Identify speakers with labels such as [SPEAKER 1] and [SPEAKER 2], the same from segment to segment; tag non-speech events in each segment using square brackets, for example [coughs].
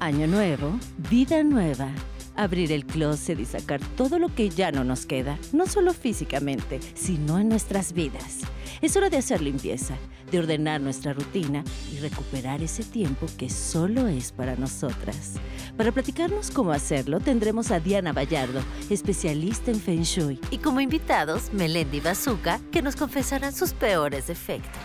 [SPEAKER 1] Año nuevo, vida nueva. Abrir el closet y sacar todo lo que ya no nos queda, no solo físicamente, sino en nuestras vidas. Es hora de hacer limpieza, de ordenar nuestra rutina y recuperar ese tiempo que solo es para nosotras. Para platicarnos cómo hacerlo, tendremos a Diana Vallardo, especialista en Feng Shui.
[SPEAKER 2] Y como invitados, Melendi Bazuca, que nos confesarán sus peores defectos.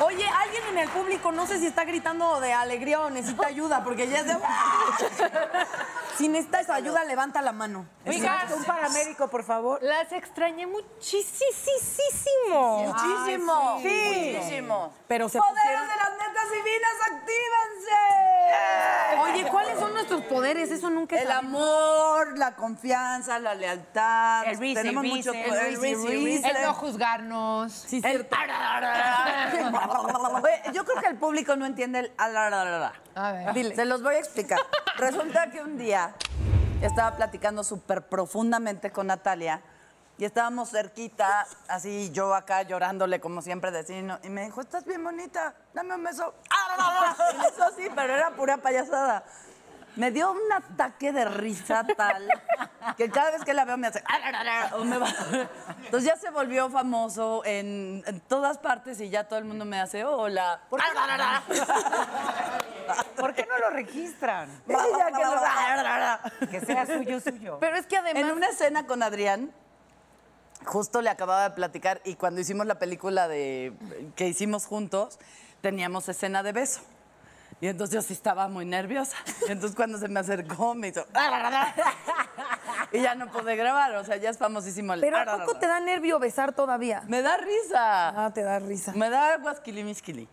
[SPEAKER 3] Oye, alguien en el público, no sé si está gritando de alegría o necesita ayuda, porque ya es de... Si necesitas ayuda, levanta la mano.
[SPEAKER 4] Oigan,
[SPEAKER 3] un paramédico, por favor.
[SPEAKER 4] Las extrañé muchísimo.
[SPEAKER 3] Muchísimo.
[SPEAKER 4] Ay, sí.
[SPEAKER 3] Muchísimo. Pero se
[SPEAKER 4] Poderes
[SPEAKER 3] de las netas divinas, actívense! Oye, ¿cuáles son nuestros poderes? Eso nunca
[SPEAKER 5] El amor, la confianza, la lealtad. Tenemos mucho poder.
[SPEAKER 4] el, no juzgarnos.
[SPEAKER 3] Sí,
[SPEAKER 5] El-
[SPEAKER 3] cierto.
[SPEAKER 5] Oye, Yo creo que el público no entiende el alararara.
[SPEAKER 4] A ver.
[SPEAKER 5] Dile. Se los voy a explicar. Resulta que un día estaba platicando súper profundamente con Natalia y estábamos cerquita, así yo acá llorándole como siempre de cine, y me dijo, estás bien bonita, dame un beso. [laughs] Eso sí, pero era pura payasada. Me dio un ataque de risa tal que cada vez que la veo me hace... o me va- Entonces ya se volvió famoso en, en todas partes y ya todo el mundo me hace hola.
[SPEAKER 6] ¿Por qué no lo registran?
[SPEAKER 5] Ella que lo-
[SPEAKER 6] Que sea suyo, suyo.
[SPEAKER 4] Pero es que además.
[SPEAKER 5] En una escena con Adrián, justo le acababa de platicar y cuando hicimos la película de, que hicimos juntos, teníamos escena de beso. Y entonces yo sí estaba muy nerviosa. Y entonces cuando se me acercó me hizo... "Ah, Y ya no pude grabar, o sea, ya es famosísimo. el "Ah,
[SPEAKER 3] Pero ¿a poco te da nervio besar todavía?
[SPEAKER 5] Me da risa.
[SPEAKER 3] Ah, te da
[SPEAKER 5] [laughs]
[SPEAKER 3] risa. [laughs]
[SPEAKER 5] Me da guasquilimisquili.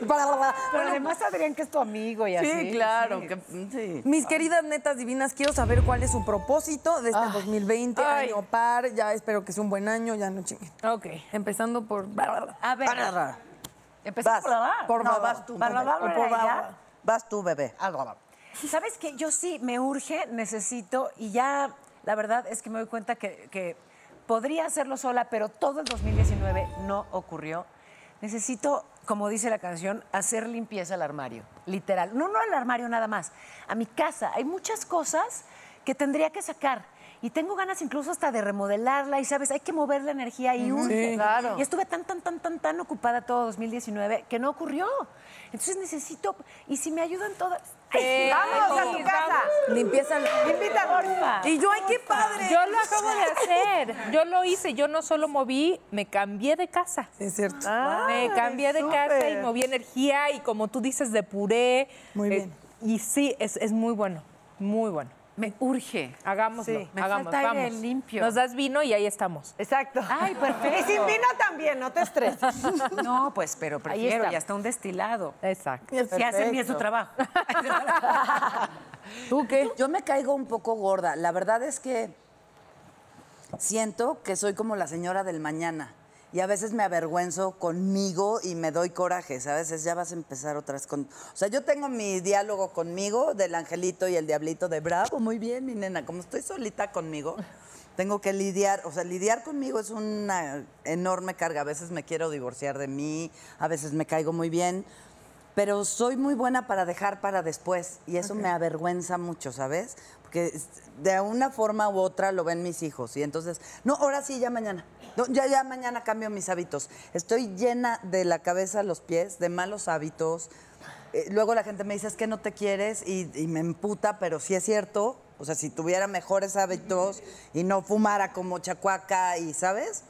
[SPEAKER 6] Pero además Adrián, que es tu amigo y así.
[SPEAKER 5] Sí, claro. Que, mm, sí.
[SPEAKER 3] Mis queridas netas divinas, quiero saber cuál es su propósito de este 2020,
[SPEAKER 4] Ay.
[SPEAKER 3] año par, ya espero que sea un buen año, ya no chinguen.
[SPEAKER 4] Ok.
[SPEAKER 3] Empezando por...
[SPEAKER 6] A ver,
[SPEAKER 5] Vas.
[SPEAKER 6] empezamos por Adán.
[SPEAKER 3] Por
[SPEAKER 5] no,
[SPEAKER 3] Baba.
[SPEAKER 5] vas tú.
[SPEAKER 6] Por
[SPEAKER 5] bebé.
[SPEAKER 6] Baba,
[SPEAKER 5] O por
[SPEAKER 6] ¿verdad?
[SPEAKER 5] Baba. Vas tú, bebé.
[SPEAKER 6] Algo. ¿Sabes qué? Yo sí me urge, necesito, y ya la verdad es que me doy cuenta que, que podría hacerlo sola, pero todo el 2019 no ocurrió. Necesito, como dice la canción, hacer limpieza al armario, literal. No, no al armario nada más, a mi casa. Hay muchas cosas que tendría que sacar. Y tengo ganas incluso hasta de remodelarla y, ¿sabes? Hay que mover la energía y urge. Y estuve tan, tan, tan, tan, tan ocupada todo 2019 que no ocurrió. Entonces necesito... Y si me ayudan todas... ¡Ay,
[SPEAKER 4] Vamos a tu casa.
[SPEAKER 3] Limpieza...
[SPEAKER 6] Invita, porfa.
[SPEAKER 3] Y yo, ay, qué padre.
[SPEAKER 7] Yo lo acabo de hacer. Yo lo hice. Yo no solo moví, me cambié de casa.
[SPEAKER 3] Sí, es cierto.
[SPEAKER 5] Ah,
[SPEAKER 7] me cambié de casa y moví energía y como tú dices, depuré.
[SPEAKER 3] Muy
[SPEAKER 7] Eh,
[SPEAKER 3] bien.
[SPEAKER 7] y sí, es, es muy bueno. Muy bueno.
[SPEAKER 6] Me urge.
[SPEAKER 7] Hagámoslo.
[SPEAKER 6] Sí, me
[SPEAKER 7] hagamos,
[SPEAKER 6] falta aire
[SPEAKER 7] vamos.
[SPEAKER 6] limpio.
[SPEAKER 7] Nos das vino y ahí estamos.
[SPEAKER 6] Exacto. Ay, perfecto. Y sin vino también, no te estreses. [laughs] No, pues, pero prefiero,
[SPEAKER 7] está.
[SPEAKER 6] ya está un destilado.
[SPEAKER 7] Exacto.
[SPEAKER 6] Si hacen bien su trabajo.
[SPEAKER 3] ¿Tú qué?
[SPEAKER 5] Yo me caigo un poco gorda. La verdad es que siento que soy como la señora del mañana. Y a veces me avergüenzo conmigo y me doy corajes. A veces ya vas a empezar otras con. O sea, yo tengo mi diálogo conmigo del angelito y el diablito de bravo. Muy bien, mi nena. Como estoy solita conmigo, tengo que lidiar. O sea, lidiar conmigo es una enorme carga. A veces me quiero divorciar de mí, a veces me caigo muy bien pero soy muy buena para dejar para después y eso me avergüenza mucho, ¿sabes? Porque es- de una forma u otra lo ven mis hijos y entonces, no, ahora sí, ya mañana, No, ya, ya mañana cambio mis hábitos. Estoy llena de la cabeza a los pies, de malos hábitos. Eh, luego la gente me dice, es que no te quieres y, y me emputa, pero sí es cierto. O sea, si tuviera mejores hábitos y no fumara como chacuaca y, ¿sabes?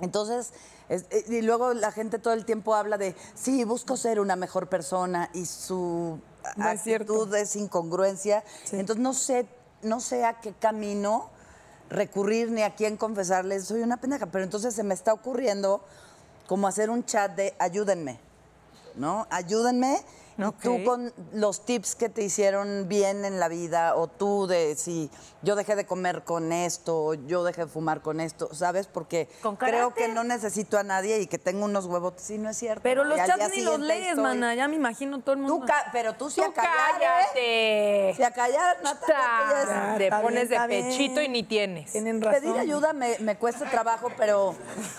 [SPEAKER 5] Entonces, es- eh, y luego la gente todo el tiempo habla de, sí, busco ser una mejor persona y su
[SPEAKER 3] No es cierto.
[SPEAKER 5] actitud es incongruencia. Entonces, no sé, no sé a qué camino recurrir ni a quién confesarles, soy una pendeja, pero entonces se me está ocurriendo como hacer un chat de ayúdenme. ¿no? Ayúdenme. y Tú
[SPEAKER 7] Ok.
[SPEAKER 5] con los tips que te hicieron bien en la vida, o tú de si yo dejé de comer con esto, o yo dejé de fumar con esto, ¿sabes? Porque
[SPEAKER 8] Con
[SPEAKER 5] creo
[SPEAKER 8] carácter.
[SPEAKER 5] que no necesito a nadie y que tengo unos huevos. Sí, no es cierto.
[SPEAKER 9] Pero
[SPEAKER 5] Y
[SPEAKER 9] los
[SPEAKER 5] al día
[SPEAKER 9] chats ni los
[SPEAKER 5] siguiente
[SPEAKER 9] leyes,
[SPEAKER 5] estoy-
[SPEAKER 9] mana. Ya me imagino todo el mundo.
[SPEAKER 5] Tú ca- pero tú sí
[SPEAKER 7] Tú
[SPEAKER 5] a callar, ¿eh?
[SPEAKER 7] cállate.
[SPEAKER 5] Si a callar, Natalia, que ya es-
[SPEAKER 7] Te
[SPEAKER 9] está
[SPEAKER 7] pones
[SPEAKER 9] bien, está
[SPEAKER 7] de pechito
[SPEAKER 9] bien.
[SPEAKER 7] y ni tienes.
[SPEAKER 9] Tienen razón.
[SPEAKER 5] Pedir ayuda me, me cuesta trabajo, pero,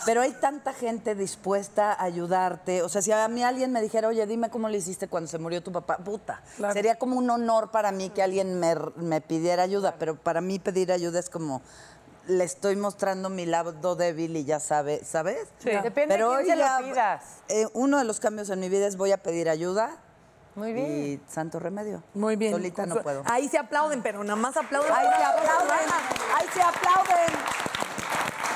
[SPEAKER 5] pero hay tanta gente dispuesta a ayudarte. O sea, si a mí alguien me dijera, oye, dime cómo le hiciste cuando se murió tu papá, puta.
[SPEAKER 9] Claro.
[SPEAKER 5] Sería como un honor para mí que alguien me, me pidiera ayuda, pero para mí pedir ayuda es como, le estoy mostrando mi lado débil y ya sabe, ¿sabes?
[SPEAKER 7] Sí.
[SPEAKER 8] Depende de quién
[SPEAKER 5] hoy
[SPEAKER 8] se lo
[SPEAKER 5] ya-
[SPEAKER 8] pidas.
[SPEAKER 5] eh, uno de los cambios en mi vida es voy a pedir ayuda.
[SPEAKER 8] Muy bien.
[SPEAKER 5] Y santo remedio.
[SPEAKER 9] Muy bien.
[SPEAKER 5] Solita no puedo.
[SPEAKER 9] Ahí se aplauden, pero nada más aplauden.
[SPEAKER 5] ¡Ahí se aplauden! ¡Ahí se aplauden!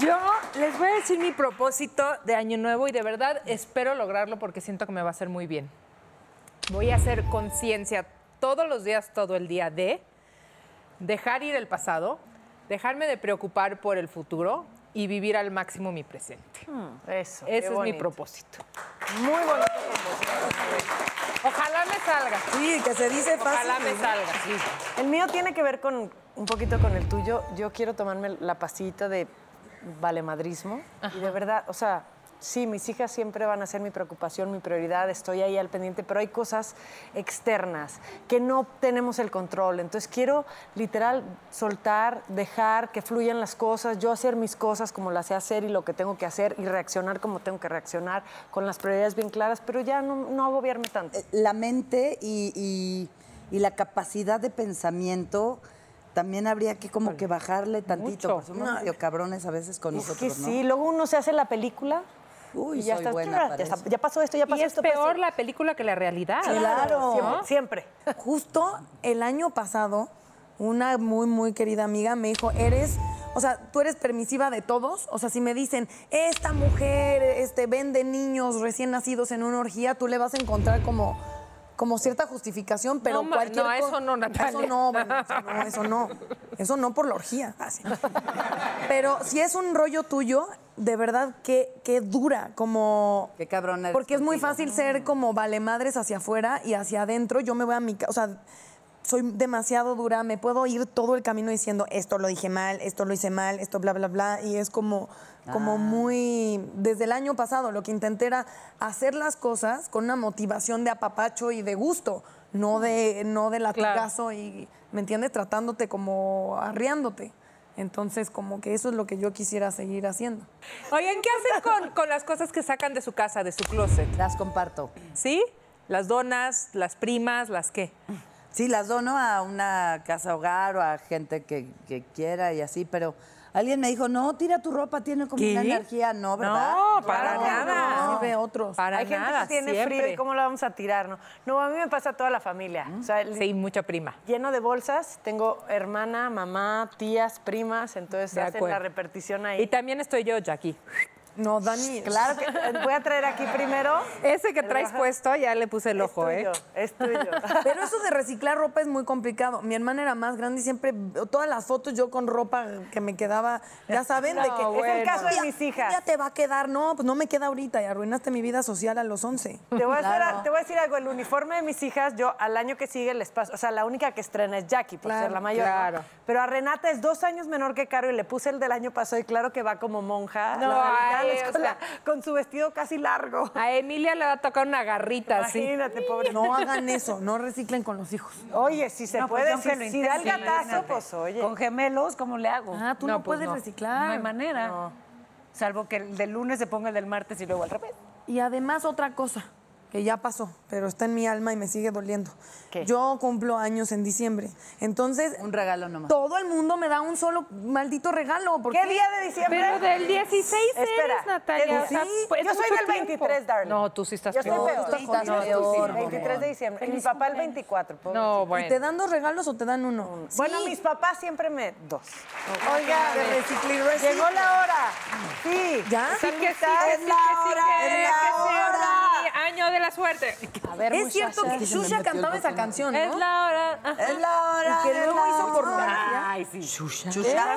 [SPEAKER 7] Yo les voy a decir mi propósito de Año Nuevo y de verdad espero lograrlo porque siento que me va a hacer muy bien. Voy a hacer conciencia todos los días, todo el día de dejar ir el pasado, dejarme de preocupar por el futuro y vivir al máximo mi presente.
[SPEAKER 8] Eso. qué
[SPEAKER 7] Ese es mi
[SPEAKER 8] bonito.
[SPEAKER 7] propósito. Muy bonito propósito. Ojalá me salga.
[SPEAKER 9] Sí, que se dice fácil.
[SPEAKER 7] Ojalá me
[SPEAKER 3] pues,
[SPEAKER 7] salga.
[SPEAKER 8] El mío tiene que ver con un poquito con el tuyo. Yo quiero tomarme la pasita de valemadrismo. Y de verdad, o sea, sí, mis hijas siempre van a ser mi preocupación, mi prioridad, estoy ahí al pendiente, pero hay cosas externas que no tenemos el control. Entonces quiero literal soltar, dejar que fluyan las cosas, yo hacer mis cosas como las sé hacer y lo que tengo que hacer y reaccionar como tengo que reaccionar, con las prioridades bien claras, pero ya no, no agobiarme tanto.
[SPEAKER 5] eh, la mente y, y- y la capacidad de pensamiento también habría que como que bajarle tantito. porque Somos medio cabrones a veces con
[SPEAKER 8] Es que
[SPEAKER 5] nosotros, ¿no?
[SPEAKER 8] sí, luego uno se hace la película.
[SPEAKER 5] Uy,
[SPEAKER 8] y ya
[SPEAKER 5] soy
[SPEAKER 8] estás,
[SPEAKER 5] buena
[SPEAKER 8] "Churra,
[SPEAKER 5] para
[SPEAKER 8] ya, está-
[SPEAKER 5] eso".
[SPEAKER 8] ya pasó esto, ya
[SPEAKER 7] Y
[SPEAKER 8] pasó
[SPEAKER 7] es
[SPEAKER 8] esto.
[SPEAKER 7] peor
[SPEAKER 8] pasó".
[SPEAKER 7] la película que la realidad.
[SPEAKER 5] Claro.
[SPEAKER 7] ¿no?
[SPEAKER 8] Siempre. siempre.
[SPEAKER 9] Justo el año pasado, una muy, muy querida amiga me dijo, eres, o sea, tú eres permisiva de todos. O sea, si me dicen, esta mujer este, vende niños recién nacidos en una orgía, tú le vas a encontrar como, como cierta justificación, pero
[SPEAKER 7] No, ma-
[SPEAKER 9] cualquier
[SPEAKER 7] no,
[SPEAKER 9] co-
[SPEAKER 7] eso no, Natalia.
[SPEAKER 9] Eso no, bueno, eso no, eso no. Eso no por la orgía. así. Pero si es un rollo tuyo, de verdad, que qué dura, como...
[SPEAKER 5] Qué cabrón eres
[SPEAKER 9] Porque es muy
[SPEAKER 5] contigo.
[SPEAKER 9] fácil ser como vale madres hacia afuera y hacia adentro. Yo me voy a mi casa. O sea, soy demasiado dura. Me puedo ir todo el camino diciendo esto lo dije mal, esto lo hice mal, esto bla, bla, bla. Y es como, como
[SPEAKER 8] Ah.
[SPEAKER 9] muy. Desde el año pasado, lo que intenté era hacer las cosas con una motivación de apapacho y de gusto, no de, no de latigazo y, ¿me entiendes? Tratándote como arriándote. Entonces, como que eso es lo que yo quisiera seguir haciendo.
[SPEAKER 7] Oigan, ¿qué hacen con, con las cosas que sacan de su casa, de su closet?
[SPEAKER 5] Las comparto.
[SPEAKER 7] ¿Sí? Las donas, las primas, las qué.
[SPEAKER 5] Sí, las dono a una casa hogar o a gente que, que quiera y así, pero alguien me dijo, no, tira tu ropa, tiene como
[SPEAKER 7] ¿Qué?
[SPEAKER 5] Pues una energía. No, ¿verdad?
[SPEAKER 7] No, para
[SPEAKER 5] Claro que
[SPEAKER 7] nada.
[SPEAKER 5] no.
[SPEAKER 9] Ve otros.
[SPEAKER 7] Para
[SPEAKER 8] Hay gente
[SPEAKER 7] nada,
[SPEAKER 8] que tiene frío
[SPEAKER 7] siempre.
[SPEAKER 8] y cómo la vamos a tirar, ¿no? No, a mí me pasa a toda la familia. O sea, el-
[SPEAKER 7] Sí, mucha prima.
[SPEAKER 8] lleno de bolsas, tengo hermana, mamá, tías, primas, entonces
[SPEAKER 7] De
[SPEAKER 8] hacen la
[SPEAKER 7] acuerdo.
[SPEAKER 8] repartición ahí.
[SPEAKER 7] Y también estoy yo, Jackie.
[SPEAKER 9] No, Dani.
[SPEAKER 8] Claro que eh, voy a traer aquí primero.
[SPEAKER 7] Ese que
[SPEAKER 8] El
[SPEAKER 7] traes
[SPEAKER 8] baja-
[SPEAKER 7] puesto ya le puse [laughs] el ojo, ¿eh?
[SPEAKER 8] es tuyo, Es tuyo.
[SPEAKER 7] [laughs]
[SPEAKER 9] Pero eso de reciclar ropa es muy complicado. Mi hermana era más grande y siempre, todas las fotos yo con ropa que me quedaba, [laughs] ya saben, de que.
[SPEAKER 8] es el caso de mis hijas.
[SPEAKER 9] Ya te va a quedar, no, pues no me queda ahorita y arruinaste mi vida social a los [laughs] 11.
[SPEAKER 8] Te voy, a hacer- te voy a decir algo, el uniforme de mis hijas, yo al año que sigue les paso, o sea, la única que estrena es Jackie, por ser la mayor. ¿no?
[SPEAKER 7] claro.
[SPEAKER 8] Pero a Renata es dos años menor que Caro y le puse el del año pasado y claro que va como monja. a
[SPEAKER 7] No,
[SPEAKER 8] las
[SPEAKER 7] ay,
[SPEAKER 8] matinales
[SPEAKER 7] o
[SPEAKER 8] con, la-
[SPEAKER 7] sea-
[SPEAKER 8] con su vestido casi largo.
[SPEAKER 7] A Emilia le va a tocar una garrita así.
[SPEAKER 8] Imagínate, pobre.
[SPEAKER 9] No hagan eso, no reciclen con los hijos.
[SPEAKER 8] Oye, si se
[SPEAKER 6] No, pues,
[SPEAKER 8] puede,
[SPEAKER 6] aunque
[SPEAKER 8] si,
[SPEAKER 6] lo
[SPEAKER 8] si da el
[SPEAKER 6] intenten,
[SPEAKER 8] gatazo,
[SPEAKER 6] imagínate.
[SPEAKER 8] pues oye.
[SPEAKER 6] Con gemelos, ¿cómo le hago?
[SPEAKER 9] Ah, tú no,
[SPEAKER 7] No, pues,
[SPEAKER 9] puedes
[SPEAKER 7] no.
[SPEAKER 9] reciclar.
[SPEAKER 6] No hay manera. Salvo que el del lunes se ponga el del martes y luego al revés.
[SPEAKER 9] Y además otra cosa que ya pasó, pero está en mi alma y me sigue doliendo.
[SPEAKER 8] ¿Qué?
[SPEAKER 9] Yo cumplo años en diciembre. Entonces,
[SPEAKER 5] Un regalo nomás.
[SPEAKER 9] todo el mundo me da un solo maldito regalo. ¿por
[SPEAKER 8] ¿Qué día de diciembre?
[SPEAKER 7] Pero del 16
[SPEAKER 8] Espera,
[SPEAKER 7] eres, Natalia.
[SPEAKER 8] ¿qué
[SPEAKER 7] o sea,
[SPEAKER 8] dices?
[SPEAKER 7] pues,
[SPEAKER 8] Yo
[SPEAKER 7] es
[SPEAKER 8] soy
[SPEAKER 7] mucho
[SPEAKER 8] del 23,
[SPEAKER 7] tiempo.
[SPEAKER 8] darling.
[SPEAKER 7] No, tú sí estás
[SPEAKER 8] Yo estoy
[SPEAKER 7] peor.
[SPEAKER 8] peor.
[SPEAKER 5] Tú estás
[SPEAKER 8] No, tú sí,
[SPEAKER 5] peor,
[SPEAKER 8] 23 de diciembre. Y mi papá el 24, pobre.
[SPEAKER 7] No,
[SPEAKER 9] ¿Y te
[SPEAKER 7] bueno.
[SPEAKER 9] dan dos regalos o te dan uno?
[SPEAKER 8] Bueno,
[SPEAKER 9] Sí.
[SPEAKER 8] mis papás siempre me... Dos.
[SPEAKER 9] Oiga, de reciclar, recicla.
[SPEAKER 8] Llegó la hora. Sí.
[SPEAKER 9] ¿Ya?
[SPEAKER 7] Sí que sí, que sí, que sí,
[SPEAKER 8] Mitad.
[SPEAKER 7] que sí, que sí, año de la buena suerte.
[SPEAKER 6] A ver,
[SPEAKER 3] Es cierto que Shusha cantaba esa canción, ¿no?
[SPEAKER 7] Es la hora. Ajá.
[SPEAKER 5] Es la hora.
[SPEAKER 9] que
[SPEAKER 5] de
[SPEAKER 9] luego
[SPEAKER 5] la
[SPEAKER 9] hizo por
[SPEAKER 5] hora.
[SPEAKER 4] Ay, sí.
[SPEAKER 5] Shusha.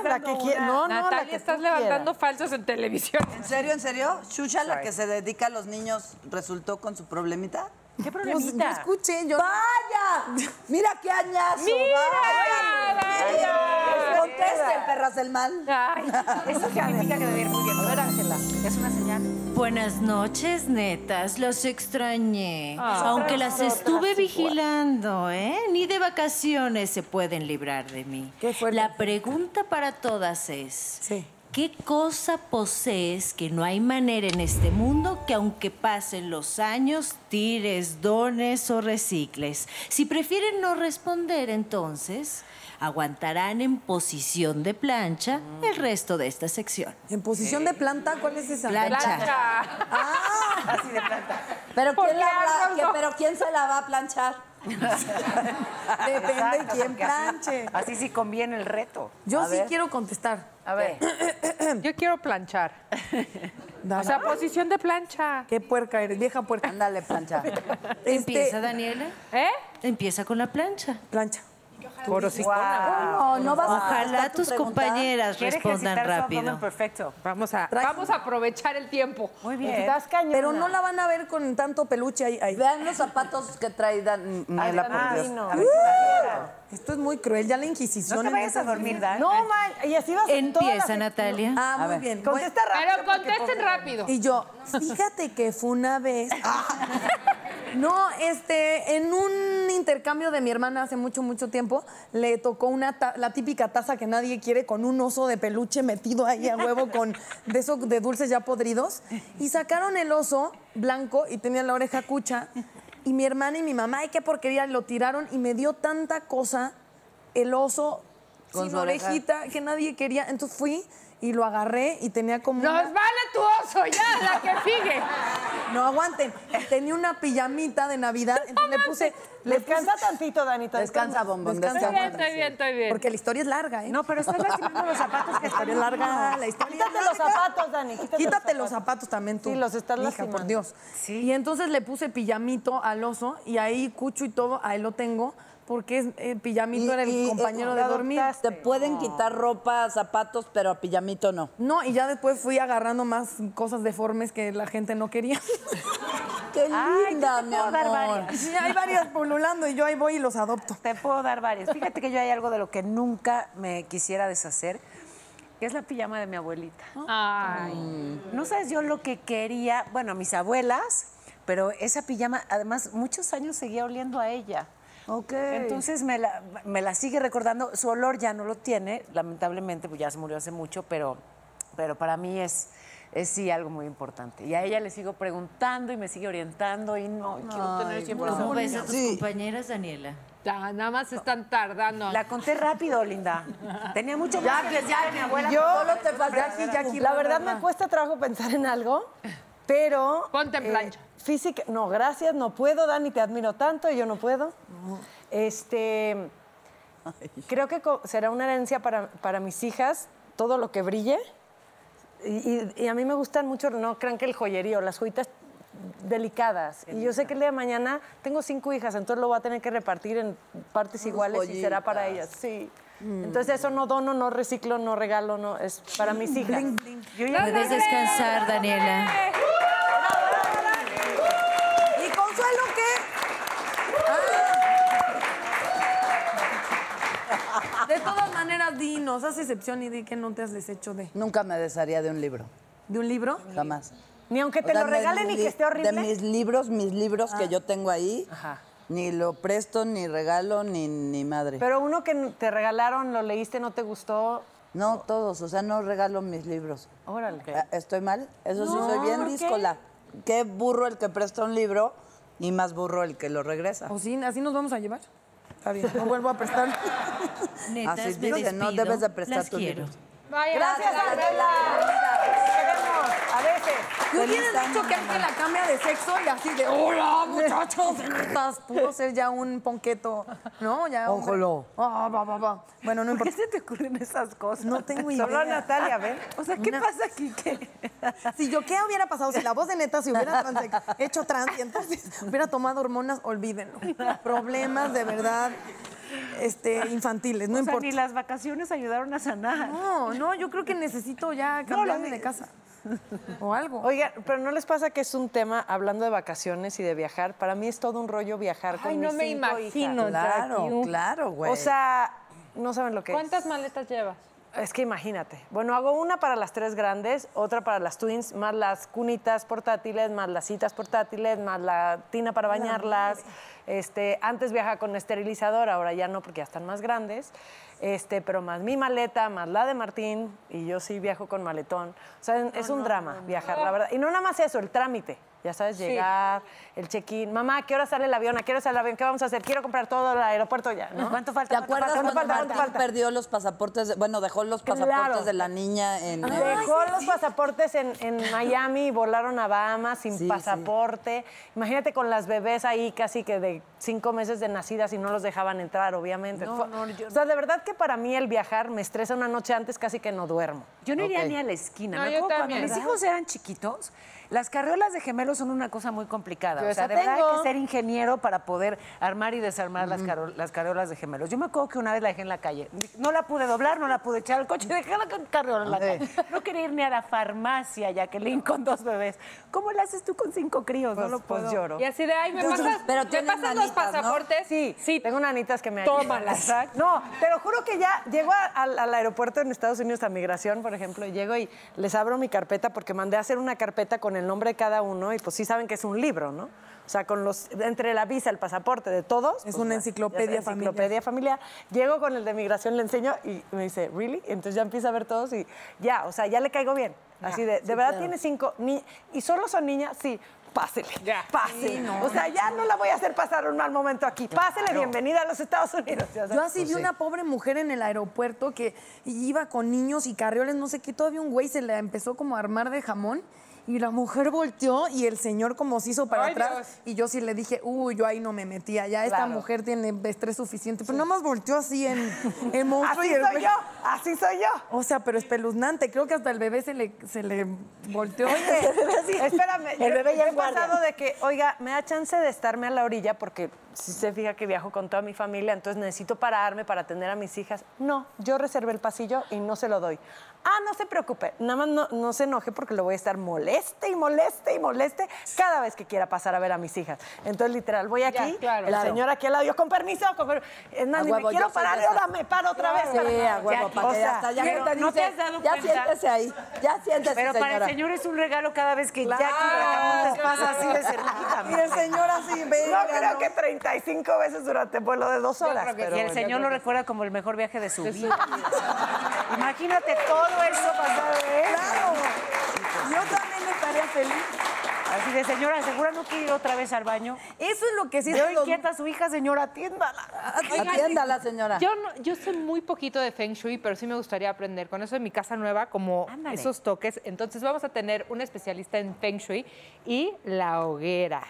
[SPEAKER 9] la que quie- No, no, la
[SPEAKER 7] Natalia,
[SPEAKER 9] que
[SPEAKER 7] estás
[SPEAKER 9] tú
[SPEAKER 7] levantando falsos en televisión.
[SPEAKER 5] ¿En serio, en serio? ¿Shusha, la que se dedica a los niños, resultó con su problemita?
[SPEAKER 6] ¿Qué
[SPEAKER 9] quieras. Pues, yo
[SPEAKER 6] problemita?
[SPEAKER 9] escuché, yo.
[SPEAKER 5] ¡Vaya! [laughs] ¡Mira qué añazo!
[SPEAKER 7] ¡Mira!
[SPEAKER 5] ¡Vaya! Pues,
[SPEAKER 7] ¡Vaya!
[SPEAKER 5] ¡Contesten, perras del mal!
[SPEAKER 7] Ay,
[SPEAKER 6] Eso significa que debe ir muy bien. A ver, Ángela, es una señal.
[SPEAKER 2] Buenas noches, netas. Los extrañé.
[SPEAKER 7] Ah.
[SPEAKER 2] Aunque las estuve vigilando, ¿eh? Ni de vacaciones se pueden librar de mí.
[SPEAKER 9] Qué fuerte.
[SPEAKER 2] La pregunta para todas es:
[SPEAKER 9] Sí.
[SPEAKER 2] ¿qué cosa posees que no hay manera en este mundo que, aunque pasen los años, tires, dones o recicles? Si prefieren no responder, entonces aguantarán en posición de plancha el
[SPEAKER 9] Mm.
[SPEAKER 2] resto de esta sección.
[SPEAKER 9] En posición de planta, ¿cuál es esa?
[SPEAKER 2] plancha.
[SPEAKER 7] plancha.
[SPEAKER 5] Ah. ¿Pero
[SPEAKER 7] ¿Por
[SPEAKER 5] quién,
[SPEAKER 7] qué
[SPEAKER 5] la va-
[SPEAKER 7] hablas,
[SPEAKER 5] que-
[SPEAKER 7] no?
[SPEAKER 5] ¿Pero quién se la va a planchar?
[SPEAKER 9] [laughs] Depende de
[SPEAKER 6] Exacto,
[SPEAKER 9] quién
[SPEAKER 6] porque así-
[SPEAKER 9] planche.
[SPEAKER 6] Así sí conviene el reto.
[SPEAKER 9] Yo sí quiero contestar.
[SPEAKER 6] A ver.
[SPEAKER 7] Yo quiero planchar. O sea, posición de plancha.
[SPEAKER 9] Qué puerca eres, vieja puerca.
[SPEAKER 5] Ándale, plancha.
[SPEAKER 9] Este,
[SPEAKER 2] Empieza, Daniela.
[SPEAKER 7] ¿Eh?
[SPEAKER 2] Empieza con la plancha.
[SPEAKER 9] Plancha.
[SPEAKER 5] Ah. Oh, No, no vas a
[SPEAKER 6] Ah,
[SPEAKER 2] Ojalá
[SPEAKER 5] contestar tu
[SPEAKER 2] tus
[SPEAKER 5] pregunta.
[SPEAKER 2] compañeras
[SPEAKER 6] Quiere
[SPEAKER 2] respondan
[SPEAKER 6] ejercitar su abdomen
[SPEAKER 2] rápido.
[SPEAKER 6] perfecto.
[SPEAKER 7] Vamos a, vamos a aprovechar el tiempo.
[SPEAKER 6] Muy bien.
[SPEAKER 9] Pero no la van a ver con tanto peluche ahí. ahí.
[SPEAKER 5] Vean los zapatos que trae Dan- Daniela, por Dios.
[SPEAKER 6] A ver, Daniela,
[SPEAKER 9] Esto es muy cruel, ya la Inquisición.
[SPEAKER 6] No te
[SPEAKER 9] en
[SPEAKER 6] vayas a
[SPEAKER 9] esas-
[SPEAKER 6] dormir, Dan.
[SPEAKER 8] No, man, y así vas en todas las
[SPEAKER 2] Empieza, Natalia.
[SPEAKER 9] Ah, muy bien. Bueno,
[SPEAKER 8] Contesta rápido.
[SPEAKER 7] Pero contesten rápido.
[SPEAKER 9] Y yo, fíjate que fue una vez.
[SPEAKER 5] Ah.
[SPEAKER 9] [laughs] No, este, en un intercambio de mi hermana hace mucho, mucho tiempo, le tocó una ta- la típica taza que nadie quiere con un oso de peluche metido ahí a huevo con de esos de dulces ya podridos. Y sacaron el oso blanco y tenía la oreja cucha. Y mi hermana y mi mamá, ay, qué porquería, lo tiraron y me dio tanta cosa el oso
[SPEAKER 5] Con
[SPEAKER 9] sin
[SPEAKER 5] su oreja.
[SPEAKER 9] orejita que nadie quería. Entonces fui y lo agarré y tenía como. una-
[SPEAKER 7] Nos vale tu oso, ya, la que sigue.
[SPEAKER 9] no aguanten. Tenía una pijamita de Navidad, entonces le puse. Le
[SPEAKER 8] Descansa tantito, Danita.
[SPEAKER 5] Descansa, bombón,
[SPEAKER 9] Descansa.
[SPEAKER 7] Estoy
[SPEAKER 5] descansa.
[SPEAKER 7] bien, estoy bien, estoy bien.
[SPEAKER 9] Porque la historia es larga, ¿eh?
[SPEAKER 6] No,
[SPEAKER 9] [laughs]
[SPEAKER 6] pero estás lastimando los zapatos que están
[SPEAKER 9] historia es larga. La historia es
[SPEAKER 8] Quítate los
[SPEAKER 9] larga.
[SPEAKER 8] zapatos, Dani, quítate los
[SPEAKER 9] Quítate los
[SPEAKER 8] zapatos.
[SPEAKER 9] zapatos también tú.
[SPEAKER 8] Sí, los estás
[SPEAKER 9] hija,
[SPEAKER 8] lastimando.
[SPEAKER 9] por Dios. Y entonces le puse pijamito al oso y ahí cucho y todo, ahí lo tengo, porque es, eh, pijamito era el
[SPEAKER 5] Y- y-
[SPEAKER 9] compañero de
[SPEAKER 5] lo
[SPEAKER 9] dormir.
[SPEAKER 5] adoptaste. Te pueden quitar ropa, zapatos, pero a pijamito no.
[SPEAKER 9] No, y ya después fui agarrando más cosas deformes que la gente no quería. [laughs]
[SPEAKER 5] ¡Qué linda,
[SPEAKER 6] te
[SPEAKER 5] mi
[SPEAKER 6] puedo dar
[SPEAKER 5] amor!
[SPEAKER 6] varias.
[SPEAKER 9] Sí, hay varias pululando y yo ahí voy y los adopto.
[SPEAKER 6] Te puedo dar varias. Fíjate que yo hay algo de lo que nunca me quisiera deshacer, que es la pijama de mi abuelita.
[SPEAKER 7] Ay,
[SPEAKER 6] No sabes yo lo que quería, bueno, mis abuelas, pero esa pijama, además, muchos años seguía oliendo a ella.
[SPEAKER 8] Ok.
[SPEAKER 6] Entonces me la, me la sigue recordando, su olor ya no lo tiene, lamentablemente, pues ya se murió hace mucho, pero, pero para mí es, es sí algo muy importante. Y a ella le sigo preguntando y me sigue orientando y no, quiero tener siempre esa
[SPEAKER 2] ¿Cómo ves a
[SPEAKER 6] pijama.
[SPEAKER 2] tus compañeras, Daniela?
[SPEAKER 7] ya, nada más están tardando.
[SPEAKER 6] La conté rápido, Linda. Tenía mucho más que decir de mi abuela.
[SPEAKER 8] Yo-
[SPEAKER 6] solo te faltó
[SPEAKER 9] Jackie, Jackie,
[SPEAKER 8] La verdad me cuesta trabajo pensar en algo, pero... eh,
[SPEAKER 7] Ponte en plancha.
[SPEAKER 8] física, no, gracias, no puedo, Dani, te admiro tanto, yo no puedo. Este, creo que co- será una herencia para, para mis hijas, todo lo que brille. Y, y- y a mí me gustan mucho, no crean que el joyerío, las joyitas delicadas. Y yo sé que el día de mañana tengo cinco hijas, entonces lo voy a tener que repartir en partes iguales y será para ellas, sí. Entonces eso no dono, no reciclo, no regalo, no es para mis hijas.
[SPEAKER 6] Yo ya
[SPEAKER 2] Puedes descansar, Daniela.
[SPEAKER 9] ¿Y Consuelo qué? Ah. De todas maneras, dinos, haz excepción y di que no te has deshecho de,
[SPEAKER 5] Nunca me desharía de un libro,
[SPEAKER 9] de un libro.
[SPEAKER 5] jamás.
[SPEAKER 8] Ni aunque
[SPEAKER 5] O
[SPEAKER 8] te
[SPEAKER 5] sea,
[SPEAKER 8] lo
[SPEAKER 5] de
[SPEAKER 8] regalen y
[SPEAKER 5] mis
[SPEAKER 8] que
[SPEAKER 5] li-
[SPEAKER 8] esté horrible. Ah.
[SPEAKER 5] De mis libros, mis libros que yo tengo ahí, ni lo presto, ni regalo, ni, ni madre.
[SPEAKER 8] Pero uno que te regalaron, lo leíste, no te gustó.
[SPEAKER 5] no todos, o sea, no regalo mis libros.
[SPEAKER 8] Órale.
[SPEAKER 5] Ah, ¿Estoy mal? Eso sí, soy bien díscola. Qué burro el que presta un libro y más burro el que lo regresa.
[SPEAKER 2] Pues,
[SPEAKER 9] ¿O sí? ¿Así nos vamos a llevar? Está bien, no vuelvo a prestar.
[SPEAKER 2] Netas,
[SPEAKER 5] Así
[SPEAKER 2] me
[SPEAKER 5] dice, no
[SPEAKER 2] despido.
[SPEAKER 5] debes de prestar
[SPEAKER 2] Las
[SPEAKER 5] tus
[SPEAKER 2] quiero.
[SPEAKER 5] libros.
[SPEAKER 7] Vaya,
[SPEAKER 5] Gracias,
[SPEAKER 7] Daniela.
[SPEAKER 5] Daniela.
[SPEAKER 8] Queremos, a veces.
[SPEAKER 3] Yo hubieras dicho que Ángela cambia de sexo y así de ¡Hola, muchachos!
[SPEAKER 9] Estás, pudo ser ya un ponqueto, ¿no? Ya hombre.
[SPEAKER 5] Ojalá.
[SPEAKER 9] Ah, va, va, va. Bueno, no
[SPEAKER 4] ¿Por qué
[SPEAKER 9] importa.
[SPEAKER 4] se te ocurren esas cosas?
[SPEAKER 9] No tengo
[SPEAKER 4] Solo a
[SPEAKER 9] idea.
[SPEAKER 4] Natalia, ¿ven? O sea, ¿qué
[SPEAKER 9] Una-
[SPEAKER 4] pasa aquí? ¿Qué?
[SPEAKER 9] [laughs] Si yo, ¿qué hubiera pasado si la voz de neta se hubiera transex- hecho trans y entonces hubiera tomado hormonas? Olvídenlo. Problemas de verdad este, infantiles, no
[SPEAKER 4] o sea,
[SPEAKER 9] importa.
[SPEAKER 4] ni las vacaciones ayudaron a sanar.
[SPEAKER 9] No, no, yo creo que necesito ya cambiarme
[SPEAKER 4] di-
[SPEAKER 9] de casa o algo.
[SPEAKER 8] Oiga, pero ¿no les pasa que es un tema, hablando de vacaciones y de viajar? Para mí es todo un rollo viajar con
[SPEAKER 7] Ay,
[SPEAKER 8] mis
[SPEAKER 7] no me
[SPEAKER 8] cinco hijas.
[SPEAKER 7] imagino.
[SPEAKER 5] Claro,
[SPEAKER 7] Jackie, un-
[SPEAKER 5] claro, güey.
[SPEAKER 8] O sea, no saben lo que
[SPEAKER 7] ¿Cuántas maletas llevas?
[SPEAKER 8] es. Es que imagínate. Bueno, hago una para las tres grandes, otra para las twins, más las cunitas portátiles, más las citas portátiles, más la tina para bañarlas. Este, antes viajaba con esterilizador, ahora ya no porque ya están más grandes. Este, pero más mi maleta, más la de Martín, y yo sí viajo con maletón. O sea, es un drama viajar, la verdad. Y no nada más eso, el trámite. Ya sabes, llegar, el check-in. Mamá, ¿a qué hora sale el avión? ¿A qué hora sale el avión? ¿Qué vamos a hacer? Quiero comprar todo el aeropuerto ya. ¿no? ¿Cuánto falta?
[SPEAKER 5] ¿Te acuerdas
[SPEAKER 8] ¿Cuánto
[SPEAKER 5] cuando
[SPEAKER 8] falta? ¿Cuánto
[SPEAKER 5] Martín
[SPEAKER 8] falta?
[SPEAKER 5] perdió los pasaportes? de- bueno, dejó los pasaportes
[SPEAKER 8] Claro.
[SPEAKER 5] de la niña en... el-
[SPEAKER 8] Dejó los pasaportes en, [laughs] en Miami, volaron a Bahamas sin
[SPEAKER 5] Sí, sí.
[SPEAKER 8] pasaporte. Imagínate con las bebés ahí casi que de cinco meses de nacidas y no los dejaban entrar, obviamente. Fue- O sea, de verdad que para mí el viajar me estresa una noche antes, casi que no duermo.
[SPEAKER 6] Yo no iría
[SPEAKER 5] Ok.
[SPEAKER 6] ni a la esquina.
[SPEAKER 7] No,
[SPEAKER 6] Me
[SPEAKER 7] yo
[SPEAKER 6] acuerdo cuando
[SPEAKER 7] también.
[SPEAKER 6] mis hijos eran chiquitos, las carriolas de gemelos son una cosa muy complicada.
[SPEAKER 7] Yo
[SPEAKER 6] o sea,
[SPEAKER 7] esa
[SPEAKER 6] de verdad hay
[SPEAKER 7] tengo.
[SPEAKER 6] que ser ingeniero para poder armar y desarmar las, caro- las carriolas de gemelos. Yo me acuerdo que una vez la dejé en la calle. No la pude doblar, no la pude echar al coche, [laughs] dejé la ca- carriola en la calle. No quería ir ni a la farmacia, Jacqueline, con dos bebés. ¿Cómo la haces tú con cinco críos?
[SPEAKER 8] Pues,
[SPEAKER 6] no lo puedo. lloro.
[SPEAKER 7] Y así de, ay, me
[SPEAKER 5] Entonces,
[SPEAKER 7] pasas,
[SPEAKER 5] pero
[SPEAKER 7] ¿me
[SPEAKER 5] tienen
[SPEAKER 7] pasas los
[SPEAKER 5] manitas, ¿no?
[SPEAKER 7] pasaportes.
[SPEAKER 8] Sí, tengo nanitas que me
[SPEAKER 7] Tómalas.
[SPEAKER 8] Exacto. No, te lo juro que ya llego a- al- al aeropuerto en Estados Unidos a migración, por ejemplo, y llego y les abro mi carpeta porque mandé a hacer una carpeta con el nombre de cada uno y pues sí saben que es un libro, ¿no? O sea, con los entre la visa, el pasaporte de todos.
[SPEAKER 9] Es
[SPEAKER 8] pues,
[SPEAKER 9] una
[SPEAKER 8] ya-
[SPEAKER 9] enciclopedia
[SPEAKER 8] ya sabes, Enciclopedia familiar. Llego con el de migración, le enseño y me dice, "Really?" Entonces ya empieza a ver todos y ya, o sea, ya le caigo bien. Así de, ¿de verdad tiene cinco ni y solo son niñas? Sí. Pásele, pásele. o sea, ya no la voy a hacer pasar un mal momento aquí. Pásele, bienvenida a los Estados Unidos. ya sabes.
[SPEAKER 9] Yo así vi una pobre mujer en el aeropuerto que iba con niños y carrioles, no sé qué, todavía un güey se la empezó como a armar de jamón y la mujer volteó y el señor como se hizo para
[SPEAKER 7] Ay,
[SPEAKER 9] atrás
[SPEAKER 7] Dios.
[SPEAKER 9] y yo sí le dije, uy, yo ahí no me metía, ya esta
[SPEAKER 8] Claro.
[SPEAKER 9] mujer tiene estrés suficiente, pero nada más volteó así en,
[SPEAKER 8] [laughs]
[SPEAKER 9] en monstruo
[SPEAKER 8] Así
[SPEAKER 9] y el
[SPEAKER 8] soy
[SPEAKER 9] güey-
[SPEAKER 8] yo, así soy yo.
[SPEAKER 9] O sea, pero espeluznante, creo que hasta el bebé se le, se le volteó. [laughs]
[SPEAKER 8] Sí, Espérame, el bebé ya he pasado de que, oiga, me da chance de estarme a la orilla porque si se fija que viajo con toda mi familia, entonces necesito pararme para atender a mis hijas. No, yo reservé el pasillo y no se lo doy. Ah, no se preocupe, nada más no, no se enoje porque lo voy a estar moleste y moleste y moleste cada vez que quiera pasar a ver a mis hijas. Entonces, literal, voy aquí,
[SPEAKER 7] claro.
[SPEAKER 8] el
[SPEAKER 5] Claro.
[SPEAKER 8] señor aquí al lado, yo con permiso, con permiso. Es más,
[SPEAKER 5] A
[SPEAKER 8] ni me
[SPEAKER 5] huevo,
[SPEAKER 8] quiero
[SPEAKER 5] yo soy
[SPEAKER 8] parar,
[SPEAKER 5] de esas.
[SPEAKER 8] ahora me paro otra vez. para-
[SPEAKER 5] Sí, a huevo,
[SPEAKER 8] Jackie,
[SPEAKER 5] para
[SPEAKER 8] o
[SPEAKER 5] que
[SPEAKER 8] sea,
[SPEAKER 5] ya está, ya que te
[SPEAKER 6] ¿no te
[SPEAKER 5] dice,
[SPEAKER 6] has dado
[SPEAKER 5] ya
[SPEAKER 6] cuenta?
[SPEAKER 5] siéntese ahí, ya siéntese,
[SPEAKER 6] Pero para el
[SPEAKER 5] señora.
[SPEAKER 6] señor es un regalo cada vez que
[SPEAKER 8] Jackie, Bracamontes
[SPEAKER 6] Bracamontes
[SPEAKER 8] pasa así de cerquita.
[SPEAKER 5] Y el señor así, venga.
[SPEAKER 8] No creo que 35 veces durante vuelo de dos horas.
[SPEAKER 6] creo que
[SPEAKER 8] pero
[SPEAKER 6] sí, el
[SPEAKER 8] bueno.
[SPEAKER 6] señor lo recuerda como el mejor viaje de su vida.
[SPEAKER 8] Imagínate todo eso pasado de
[SPEAKER 6] ¿eh?
[SPEAKER 8] él.
[SPEAKER 5] Claro. Yo también estaría feliz.
[SPEAKER 6] Así de, señora, ¿segura no quiere ir otra vez al baño?
[SPEAKER 9] Eso es lo que sí
[SPEAKER 6] Yo
[SPEAKER 9] son los-
[SPEAKER 6] inquieta a su hija, señora, atiéndala.
[SPEAKER 5] Atiéndala, señora.
[SPEAKER 7] Yo, no- yo sé muy poquito de Feng Shui, pero sí me gustaría aprender con eso de mi casa nueva, como
[SPEAKER 6] Ándale.
[SPEAKER 7] esos toques. Entonces vamos a tener un especialista en Feng Shui y la hoguera.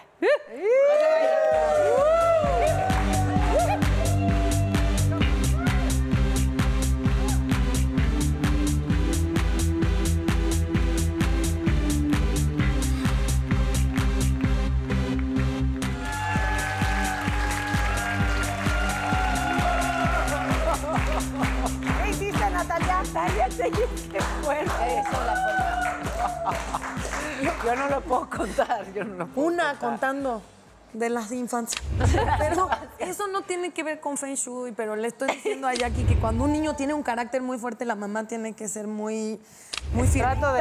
[SPEAKER 8] ¿Qué hiciste, Natalia? Cállate, qué fuerte. Yo no lo puedo contar, yo no lo puedo
[SPEAKER 9] Una contando de las
[SPEAKER 8] [laughs]
[SPEAKER 9] infancias. Pero eso no tiene que ver con Feng Shui, pero le estoy diciendo a Jackie que cuando un niño tiene un carácter muy fuerte, la mamá tiene que ser muy, muy firme.
[SPEAKER 8] Trato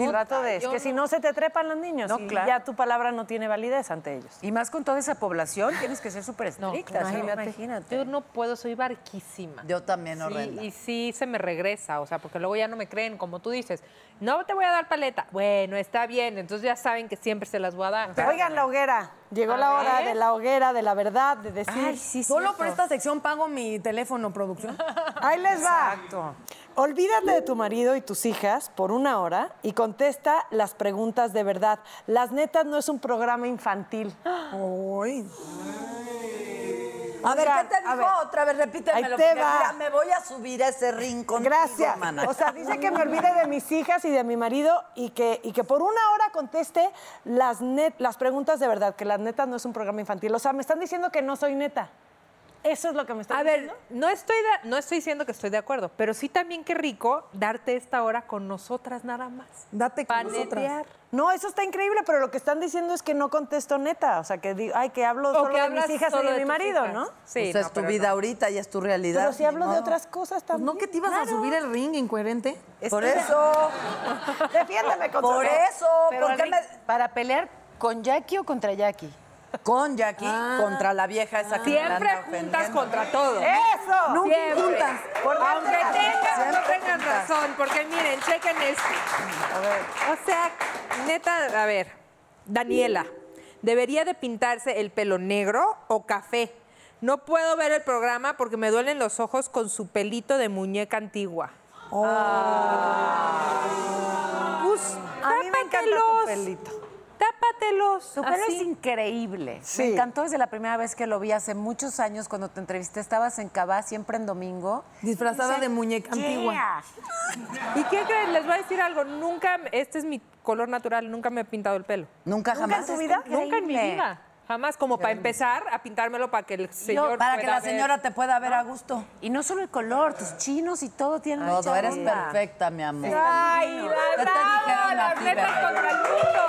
[SPEAKER 8] de, trato de, es que si no se te trepan los niños
[SPEAKER 6] No,
[SPEAKER 8] y
[SPEAKER 6] claro.
[SPEAKER 8] ya tu palabra no tiene validez ante ellos.
[SPEAKER 6] Y más con toda esa población, tienes que ser súper
[SPEAKER 7] No,
[SPEAKER 6] estricta.
[SPEAKER 7] no,
[SPEAKER 6] ¿sí?
[SPEAKER 7] no. Yo no puedo, soy barquísima.
[SPEAKER 5] Yo también,
[SPEAKER 7] Sí,
[SPEAKER 5] horrenda.
[SPEAKER 7] y sí se me regresa, o sea, porque luego ya no me creen, como tú dices, no te voy a dar paleta. Bueno, está bien, entonces ya saben que siempre se las voy a dar.
[SPEAKER 8] Oigan, la hoguera. Llegó la hora de la hoguera, de la verdad, de decir.
[SPEAKER 9] Solo por esta sección pago mi teléfono, producción.
[SPEAKER 8] Ahí les va. Olvídate de tu marido y tus hijas por una hora y contesta las preguntas de verdad. Las netas no es un programa infantil.
[SPEAKER 5] A ver,
[SPEAKER 8] Oigan,
[SPEAKER 5] ¿qué te
[SPEAKER 8] a ver.
[SPEAKER 5] dijo otra vez? Repítemelo.
[SPEAKER 8] Ahí te
[SPEAKER 5] porque
[SPEAKER 8] va.
[SPEAKER 5] mira, me voy a subir a ese rincón.
[SPEAKER 8] Gracias. O sea, dice que me olvide de mis hijas y de mi marido y que, y que por una hora conteste las, net- las preguntas de verdad, que las netas no es un programa infantil. O sea, me están diciendo que no soy neta. Eso es lo que me están
[SPEAKER 7] A
[SPEAKER 8] diciendo.
[SPEAKER 7] ver, no estoy, de- no estoy diciendo que estoy de acuerdo, pero sí también qué rico darte esta hora con nosotras nada más.
[SPEAKER 9] Date con
[SPEAKER 7] Panetear.
[SPEAKER 9] nosotras.
[SPEAKER 8] No, eso está increíble, pero lo que están diciendo es que no contesto neta. O sea, que digo, ay, que hablo
[SPEAKER 7] O
[SPEAKER 8] solo
[SPEAKER 7] que
[SPEAKER 8] de mis
[SPEAKER 7] hablas
[SPEAKER 8] hijas y
[SPEAKER 7] solo
[SPEAKER 8] de,
[SPEAKER 7] de
[SPEAKER 8] mi
[SPEAKER 7] tus
[SPEAKER 8] marido,
[SPEAKER 7] hijas.
[SPEAKER 8] ¿no?
[SPEAKER 7] Sí,
[SPEAKER 5] Esa
[SPEAKER 7] no,
[SPEAKER 5] es tu
[SPEAKER 7] pero
[SPEAKER 5] vida ahorita y es tu realidad.
[SPEAKER 8] Pero si
[SPEAKER 5] ni
[SPEAKER 8] hablo de
[SPEAKER 5] modo.
[SPEAKER 8] otras cosas
[SPEAKER 9] Pues
[SPEAKER 8] también.
[SPEAKER 9] no que te ibas a
[SPEAKER 8] Claro.
[SPEAKER 9] subir el ring, incoherente.
[SPEAKER 5] Por [laughs] eso.
[SPEAKER 8] Defiéndeme con
[SPEAKER 5] Por eso,
[SPEAKER 6] Pero,
[SPEAKER 5] ¿por qué
[SPEAKER 6] Rick,
[SPEAKER 5] me-
[SPEAKER 6] Para pelear con Jackie o contra Jackie.
[SPEAKER 5] Con Jackie contra la vieja esa que me anda
[SPEAKER 7] Siempre juntas
[SPEAKER 5] ofendiendo.
[SPEAKER 7] contra todo.
[SPEAKER 8] ¡Eso!
[SPEAKER 7] Siempre.
[SPEAKER 5] juntas. Por
[SPEAKER 7] Aunque
[SPEAKER 5] dentro,
[SPEAKER 7] tengan, no
[SPEAKER 5] siempre
[SPEAKER 7] tengan
[SPEAKER 5] juntas.
[SPEAKER 7] razón, porque miren, chequen esto. O sea, neta, a ver, Daniela, debería de pintarse el pelo negro o café. No puedo ver el programa porque me duelen los ojos con su pelito de muñeca antigua. Pues,
[SPEAKER 8] A mí me encanta tu
[SPEAKER 7] tápatelos,
[SPEAKER 8] pelito.
[SPEAKER 7] Tápatelos.
[SPEAKER 6] Tu pelo
[SPEAKER 7] así.
[SPEAKER 6] es increíble.
[SPEAKER 8] Sí.
[SPEAKER 6] Me encantó desde la primera vez que lo vi hace muchos años cuando te entrevisté. Estabas en Cabá, siempre en domingo.
[SPEAKER 9] Disfrazada de muñeca antigua.
[SPEAKER 6] Yeah.
[SPEAKER 7] ¿Y qué creen? Les voy a decir algo. Nunca, este es mi color natural, nunca me he pintado el pelo.
[SPEAKER 5] Nunca jamás.
[SPEAKER 6] en tu vida?
[SPEAKER 7] Nunca en mi
[SPEAKER 6] Increíble.
[SPEAKER 7] vida. Jamás, como para empezar a pintármelo para que el señor.
[SPEAKER 5] Para que
[SPEAKER 7] pueda
[SPEAKER 5] la
[SPEAKER 7] ver.
[SPEAKER 5] señora te pueda ver a gusto.
[SPEAKER 6] Y no solo el color, tus chinos y todo tienen
[SPEAKER 5] Todo,
[SPEAKER 6] mucha
[SPEAKER 5] eres
[SPEAKER 6] onda.
[SPEAKER 5] perfecta, mi amor.
[SPEAKER 7] ¡Ay,
[SPEAKER 5] ¿Qué te
[SPEAKER 7] la brava!
[SPEAKER 5] dijeron a
[SPEAKER 7] Las
[SPEAKER 5] ti,
[SPEAKER 7] netas
[SPEAKER 5] bebé?
[SPEAKER 7] contra el mundo.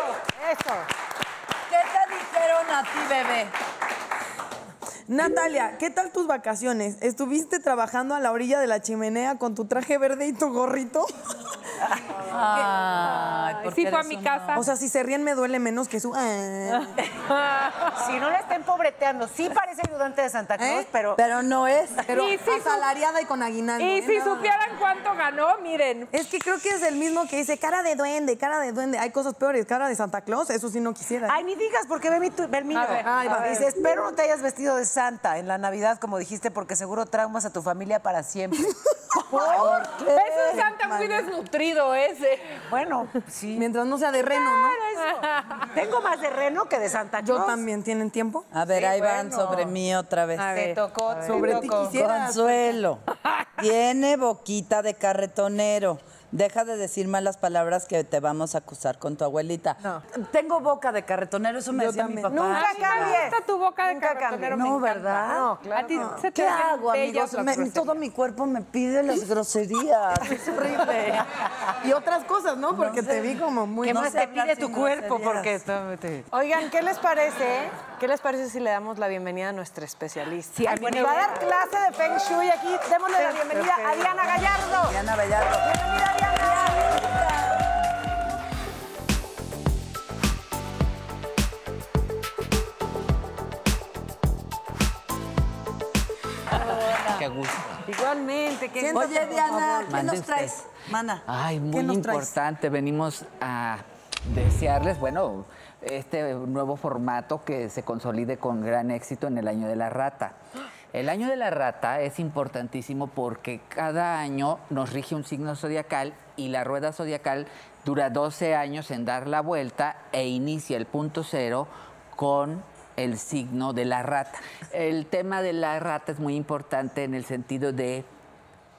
[SPEAKER 5] ¿Qué te dijeron a ti, bebé?
[SPEAKER 9] Natalia, ¿qué tal tus vacaciones? ¿Estuviste trabajando a la orilla de la chimenea con tu traje verde y tu gorrito?
[SPEAKER 5] Ay,
[SPEAKER 7] Ay,
[SPEAKER 5] porque
[SPEAKER 7] Sí, fue a
[SPEAKER 5] eres
[SPEAKER 7] mi
[SPEAKER 5] un-
[SPEAKER 7] casa.
[SPEAKER 9] O sea, si se ríen me duele menos que su... Ah.
[SPEAKER 6] Si no la estén pobreteando, sí parece ayudante de Santa Cruz,
[SPEAKER 9] ¿Eh?
[SPEAKER 6] pero
[SPEAKER 5] Pero no es.
[SPEAKER 9] Pero
[SPEAKER 7] Y si su-
[SPEAKER 9] asalariada y con aguinaldo.
[SPEAKER 7] y
[SPEAKER 9] ¿eh?
[SPEAKER 7] si
[SPEAKER 9] No.
[SPEAKER 7] supieran cuánto ganó, miren.
[SPEAKER 9] Es que creo que es el mismo que dice cara de duende, cara de duende. Hay cosas peores, cara de Santa Claus, eso sí no quisiera. ¿eh?
[SPEAKER 6] Ay, ni digas, porque ve mi tu- ve el mío.
[SPEAKER 7] A ver,
[SPEAKER 9] Ay, va.
[SPEAKER 6] Dice, espero no te hayas vestido de santa en la Navidad, como dijiste, porque seguro traumas a tu familia para siempre.
[SPEAKER 7] Es un santa muy desnutrido ese.
[SPEAKER 6] bueno, sí.
[SPEAKER 9] Mientras no sea de reno, ¿no?
[SPEAKER 6] Tengo más de reno que de Santa Claus.
[SPEAKER 9] Yo también, ¿tienen tiempo?
[SPEAKER 5] A ver, ahí van sobre mí otra vez.
[SPEAKER 7] A ver.
[SPEAKER 6] tocó,
[SPEAKER 9] Sobre ti quisiera.
[SPEAKER 5] Consuelo. Tiene boquita de carretonero. Deja de decir malas palabras que te vamos a acusar con tu abuelita. Tengo boca de carretonero, eso me
[SPEAKER 9] Yo
[SPEAKER 5] decía mi papá.
[SPEAKER 9] también.
[SPEAKER 8] Nunca
[SPEAKER 7] A mí me
[SPEAKER 8] cambies.
[SPEAKER 7] gusta tu boca de
[SPEAKER 8] Nunca
[SPEAKER 7] carretonero,
[SPEAKER 8] cambies.
[SPEAKER 7] me
[SPEAKER 5] No,
[SPEAKER 7] encanta.
[SPEAKER 5] ¿verdad?
[SPEAKER 7] No, claro. A ti se
[SPEAKER 5] ¿Qué
[SPEAKER 7] te ven
[SPEAKER 5] hago,
[SPEAKER 7] bellas
[SPEAKER 5] amigos?
[SPEAKER 7] las
[SPEAKER 5] Me-
[SPEAKER 7] groserías.
[SPEAKER 5] todo mi cuerpo me pide las groserías. [laughs] Es horrible.
[SPEAKER 9] Y otras cosas, ¿no? Porque te vi como muy...
[SPEAKER 6] ¿Qué
[SPEAKER 5] No
[SPEAKER 6] más
[SPEAKER 5] sé
[SPEAKER 6] te
[SPEAKER 5] hablar
[SPEAKER 6] pide
[SPEAKER 5] sin
[SPEAKER 6] tu cuerpo?
[SPEAKER 5] groserías.
[SPEAKER 6] Porque tú- te-
[SPEAKER 8] Oigan, ¿qué les parece? ¿Qué les parece si le damos la bienvenida a nuestra especialista?
[SPEAKER 7] Sí,
[SPEAKER 8] Ay,
[SPEAKER 7] buena
[SPEAKER 8] va a
[SPEAKER 7] idea.
[SPEAKER 8] dar clase de Feng Shui aquí. Démosle la bienvenida a Diana Gallardo.
[SPEAKER 5] Diana Bellardo.
[SPEAKER 8] Bienvenida, Diana.
[SPEAKER 10] Qué gusto.
[SPEAKER 8] Igualmente, qué
[SPEAKER 5] Oye, Diana, ¿qué
[SPEAKER 10] Mande
[SPEAKER 5] nos
[SPEAKER 10] usted.
[SPEAKER 5] traes? Mana.
[SPEAKER 10] Ay, muy
[SPEAKER 9] ¿Qué nos traes?
[SPEAKER 10] importante. Venimos a desearles, bueno, este nuevo formato que se consolide con gran éxito en el año de la rata. El año de la rata es importantísimo porque cada año nos rige un signo zodiacal y la rueda zodiacal dura 12 años en dar la vuelta e inicia el punto cero con el signo de la rata. El tema de la rata es muy importante en el sentido de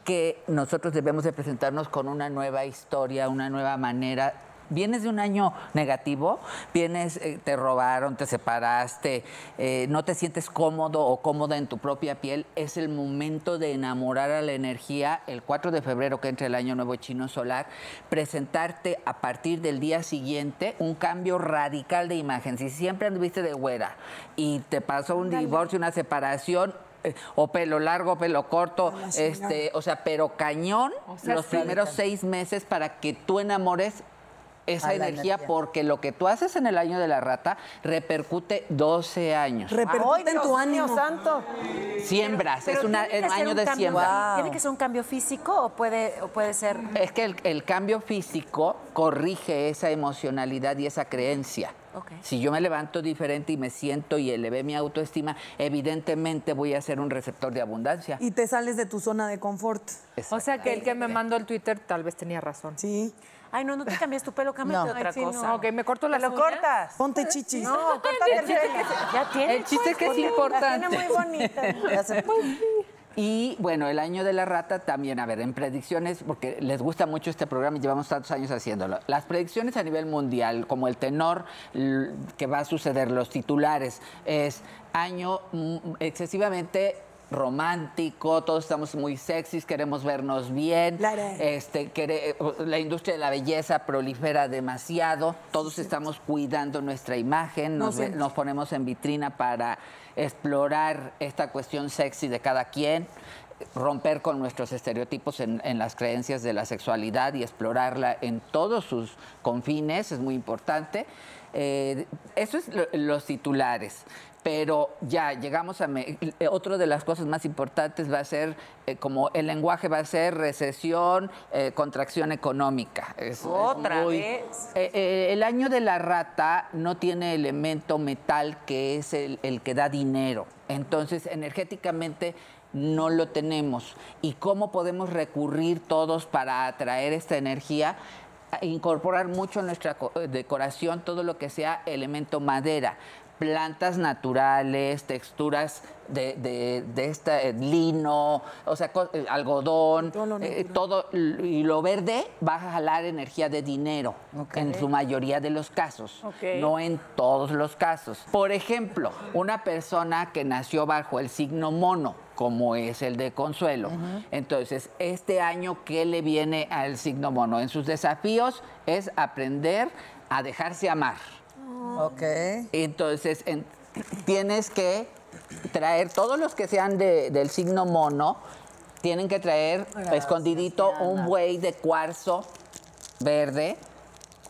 [SPEAKER 10] que nosotros debemos de presentarnos con una nueva historia, una nueva manera. Vienes de un año negativo, vienes, eh, te robaron, te separaste, eh, no te sientes cómodo o cómoda en tu propia piel, es el momento de enamorar a la energía el 4 de febrero que entra el año nuevo chino solar, presentarte a partir del día siguiente un cambio radical de imagen. Si siempre anduviste de güera y te pasó un divorcio, una separación, eh, o pelo largo, pelo corto, este, o sea, pero cañón
[SPEAKER 7] sea,
[SPEAKER 10] los
[SPEAKER 7] sí.
[SPEAKER 10] primeros seis meses para que tú enamores esa
[SPEAKER 5] A la
[SPEAKER 10] energía,
[SPEAKER 5] energía.
[SPEAKER 10] porque lo que tú haces en el año de la rata repercute 12 años.
[SPEAKER 8] Ay, Dios mío santo.
[SPEAKER 10] Siembras,
[SPEAKER 6] Pero
[SPEAKER 10] es una-
[SPEAKER 6] tiene que
[SPEAKER 10] un
[SPEAKER 6] ser
[SPEAKER 10] año
[SPEAKER 6] un
[SPEAKER 10] de
[SPEAKER 6] cambio-
[SPEAKER 10] siembra.
[SPEAKER 6] ¿Tiene que ser un cambio físico o puede, o puede ser...?
[SPEAKER 10] Es que el, el cambio físico corrige esa emocionalidad y esa creencia.
[SPEAKER 6] Ok.
[SPEAKER 10] Si yo me levanto diferente y me siento y elevé mi autoestima, evidentemente voy a ser un receptor de abundancia.
[SPEAKER 9] Y te sales de tu zona de confort.
[SPEAKER 7] O sea que el que me mandó el Twitter tal vez tenía razón.
[SPEAKER 9] Sí.
[SPEAKER 6] Ay, no, no te cambias tu pelo, cámbiate
[SPEAKER 9] No.
[SPEAKER 6] otra
[SPEAKER 9] Ay, sí, no.
[SPEAKER 6] cosa.
[SPEAKER 7] Ok, me corto
[SPEAKER 8] ¿Te
[SPEAKER 7] las
[SPEAKER 8] lo
[SPEAKER 7] uñas?
[SPEAKER 8] cortas?
[SPEAKER 9] Ponte chichis.
[SPEAKER 6] [laughs]
[SPEAKER 8] No, córtate el pelo.
[SPEAKER 6] Ya tiene.
[SPEAKER 10] El chiste es que es
[SPEAKER 8] La tiene
[SPEAKER 10] importante.
[SPEAKER 8] muy bonita.
[SPEAKER 5] Ya se- [laughs]
[SPEAKER 10] Y bueno, el año de la rata también, a ver, en predicciones, porque les gusta mucho este programa y llevamos tantos años haciéndolo. Las predicciones a nivel mundial, como el tenor l- que va a suceder, los titulares, es año mm, excesivamente romántico, todos estamos muy sexys, queremos vernos bien,
[SPEAKER 9] Lara.
[SPEAKER 10] este, quere- la industria de la belleza prolifera demasiado, todos estamos cuidando nuestra imagen, nos, ve- nos ponemos en vitrina para explorar esta cuestión sexy de cada quien, romper con nuestros estereotipos en, en las creencias de la sexualidad y explorarla en todos sus confines, es muy importante. Eh, eso es lo- los titulares. Pero ya llegamos a... me- eh, Otra de las cosas más importantes va a ser, eh, como el lenguaje va a ser recesión, eh, contracción económica. Es- es
[SPEAKER 6] Otra
[SPEAKER 10] muy-
[SPEAKER 6] vez.
[SPEAKER 10] Eh, eh, el año de la rata no tiene elemento metal que es el, el que da dinero. Entonces, energéticamente no lo tenemos. ¿Y cómo podemos recurrir todos para atraer esta energía? A Incorporar mucho en nuestra co- eh, decoración todo lo que sea elemento madera. Plantas naturales, texturas de, de- de esta, eh, lino, o sea, co- eh, algodón, eh, todo, l- y lo verde va a jalar energía de dinero en su mayoría de los casos,
[SPEAKER 7] Ok.
[SPEAKER 10] no en todos los casos. Por ejemplo, una persona que nació bajo el signo mono, como es el de Consuelo. Entonces, este año, ¿qué le viene al signo mono? En sus desafíos es aprender a dejarse amar.
[SPEAKER 5] Ok.
[SPEAKER 10] Entonces, en- tienes que traer, todos los que sean de- del signo mono, tienen que traer escondidito un buey de cuarzo verde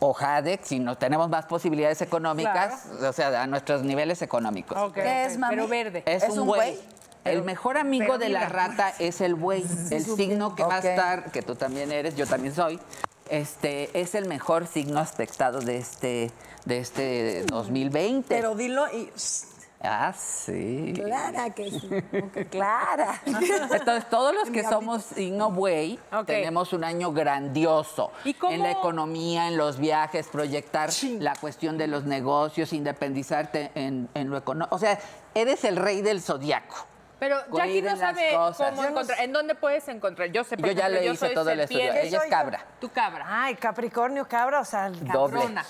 [SPEAKER 10] o jade, si no tenemos más posibilidades económicas, o sea, a nuestros niveles económicos.
[SPEAKER 7] Ok,
[SPEAKER 5] ¿Qué es,
[SPEAKER 7] ok,
[SPEAKER 5] mami?
[SPEAKER 7] Pero verde.
[SPEAKER 10] Es, un buey. El mejor amigo
[SPEAKER 7] pero
[SPEAKER 10] de la
[SPEAKER 7] mira.
[SPEAKER 10] rata es el buey. el signo que va a
[SPEAKER 5] Ok.
[SPEAKER 10] estar, que tú también eres, yo también soy. Este es el mejor signo aspectado de este de este 2020.
[SPEAKER 5] Pero dilo y.
[SPEAKER 10] Ah, sí.
[SPEAKER 5] Clara que
[SPEAKER 10] [laughs]
[SPEAKER 5] sí.
[SPEAKER 10] Clara. Entonces, todos los que somos signo buey,
[SPEAKER 7] Ok.
[SPEAKER 10] tenemos un año grandioso.
[SPEAKER 7] ¿Y cómo-
[SPEAKER 10] En la economía, en los viajes, proyectar la cuestión de los negocios, independizarte en, en lo económico. O sea, eres el rey del zodiaco.
[SPEAKER 7] Pero Jackie
[SPEAKER 10] Cuiden
[SPEAKER 7] no
[SPEAKER 10] las
[SPEAKER 7] sabe
[SPEAKER 10] cosas.
[SPEAKER 7] cómo
[SPEAKER 10] Yo no
[SPEAKER 7] encontrar. ¿En dónde puedes encontrar? Yo sé, por
[SPEAKER 10] Yo ya
[SPEAKER 7] ejemplo,
[SPEAKER 10] le hice
[SPEAKER 7] soy
[SPEAKER 10] todo el estudio.
[SPEAKER 7] serpiente.
[SPEAKER 10] Ella es cabra.
[SPEAKER 7] Tu cabra.
[SPEAKER 8] Ay, Capricornio, cabra, o sea,
[SPEAKER 10] Doble.
[SPEAKER 7] Cabrona.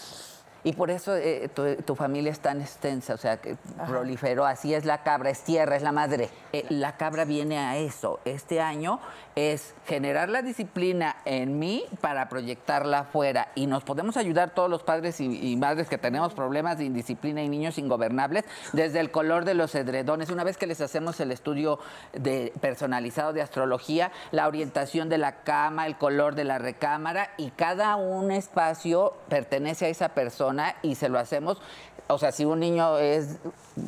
[SPEAKER 10] Y por eso eh, tu, tu familia es tan extensa, o sea, que proliferó. Así es la cabra, es tierra, es la madre. Eh, la cabra viene a eso. Este año es generar la disciplina en mí para proyectarla afuera. Y nos podemos ayudar todos los padres y, y madres que tenemos problemas de indisciplina y niños ingobernables desde el color de los edredones. Una vez que les hacemos el estudio de, personalizado de astrología, la orientación de la cama, el color de la recámara y cada un espacio pertenece a esa persona y se lo hacemos. O sea, si un niño es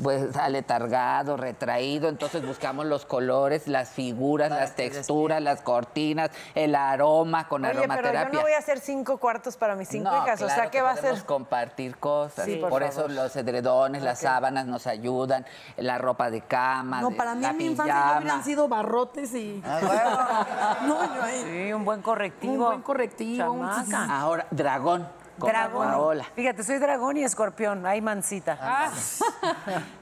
[SPEAKER 10] pues aletargado, retraído, entonces buscamos los colores, las figuras, las texturas, las cortinas, el aroma con
[SPEAKER 8] Oye, pero
[SPEAKER 10] aromaterapia.
[SPEAKER 8] yo no voy a hacer cinco cuartos para mis cinco
[SPEAKER 10] No,
[SPEAKER 8] hijas, o sea,
[SPEAKER 10] claro
[SPEAKER 8] ¿qué va a
[SPEAKER 10] podemos
[SPEAKER 8] ser?
[SPEAKER 10] compartir cosas.
[SPEAKER 8] Sí,
[SPEAKER 10] por
[SPEAKER 8] por
[SPEAKER 10] eso
[SPEAKER 8] favor.
[SPEAKER 10] los edredones, las sábanas nos ayudan, la ropa de cama.
[SPEAKER 9] No,
[SPEAKER 10] de-
[SPEAKER 9] para mí
[SPEAKER 10] la
[SPEAKER 9] en mi infancia
[SPEAKER 10] pijama.
[SPEAKER 9] no hubieran sido barrotes y. no, yo ahí.
[SPEAKER 6] Sí, un buen correctivo.
[SPEAKER 9] Un buen correctivo. un-
[SPEAKER 6] Chamaca.
[SPEAKER 10] Ahora, dragón. como
[SPEAKER 6] Dragón.
[SPEAKER 10] Paola.
[SPEAKER 6] Fíjate, soy dragón y escorpión. Ay, mancita.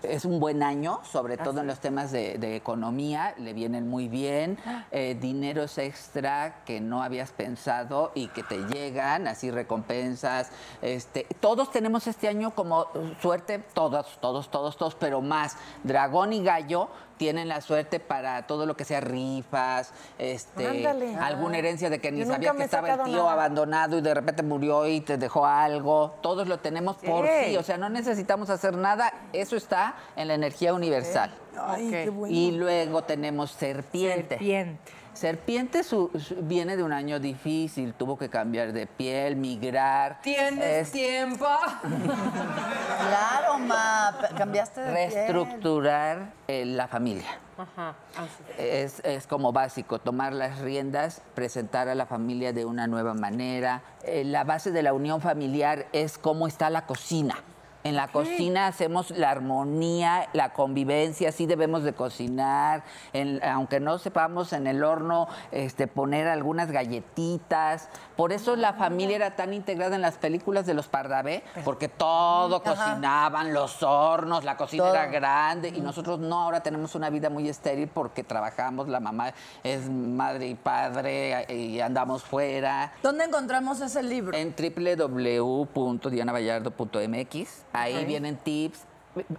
[SPEAKER 10] Es un buen año, sobre
[SPEAKER 8] Ah,
[SPEAKER 10] todo en los temas de, de economía, le vienen muy bien.
[SPEAKER 8] Ah.
[SPEAKER 10] Eh, dineros extra que no habías pensado y que te llegan, así recompensas. Este, todos tenemos este año como eh, suerte, todos, todos, todos, todos, pero más. Dragón y gallo tienen la suerte para todo lo que sea rifas, este,
[SPEAKER 8] Ándale. Ah.
[SPEAKER 10] alguna herencia de que ni
[SPEAKER 8] Yo nunca
[SPEAKER 10] sabías que
[SPEAKER 8] me he
[SPEAKER 10] estaba el
[SPEAKER 8] sacado
[SPEAKER 10] tío
[SPEAKER 8] nada.
[SPEAKER 10] abandonado y de repente murió y te dejó algo. Todos lo tenemos por sí, o sea, no necesitamos hacer nada, eso está en la energía universal.
[SPEAKER 9] Ay, qué bueno.
[SPEAKER 10] Y luego tenemos serpiente.
[SPEAKER 7] Serpiente.
[SPEAKER 10] Serpiente su- su- viene de un año difícil, tuvo que cambiar de piel, migrar.
[SPEAKER 7] ¿Tienes
[SPEAKER 10] es-
[SPEAKER 7] tiempo?
[SPEAKER 5] Claro, ma, pe- cambiaste de piel.
[SPEAKER 10] reestructurar eh, la familia.
[SPEAKER 7] Ajá. así.
[SPEAKER 10] Es, es como básico, tomar las riendas, presentar a la familia de una nueva manera. Eh, la base de la unión familiar es cómo está la cocina. En la cocina hacemos la armonía, la convivencia, sí debemos de cocinar, en- aunque no sepamos en el horno este, poner algunas galletitas. Por eso la familia era tan integrada en las películas de los Pardavé, porque todo cocinaban, los hornos, la cocina era
[SPEAKER 5] Todo.
[SPEAKER 10] grande grande y nosotros no, ahora tenemos una vida muy estéril porque trabajamos, la mamá es madre y padre eh, y andamos fuera.
[SPEAKER 5] ¿Dónde encontramos ese libro?
[SPEAKER 10] En www.dianavallardo.mx, ahí vienen tips.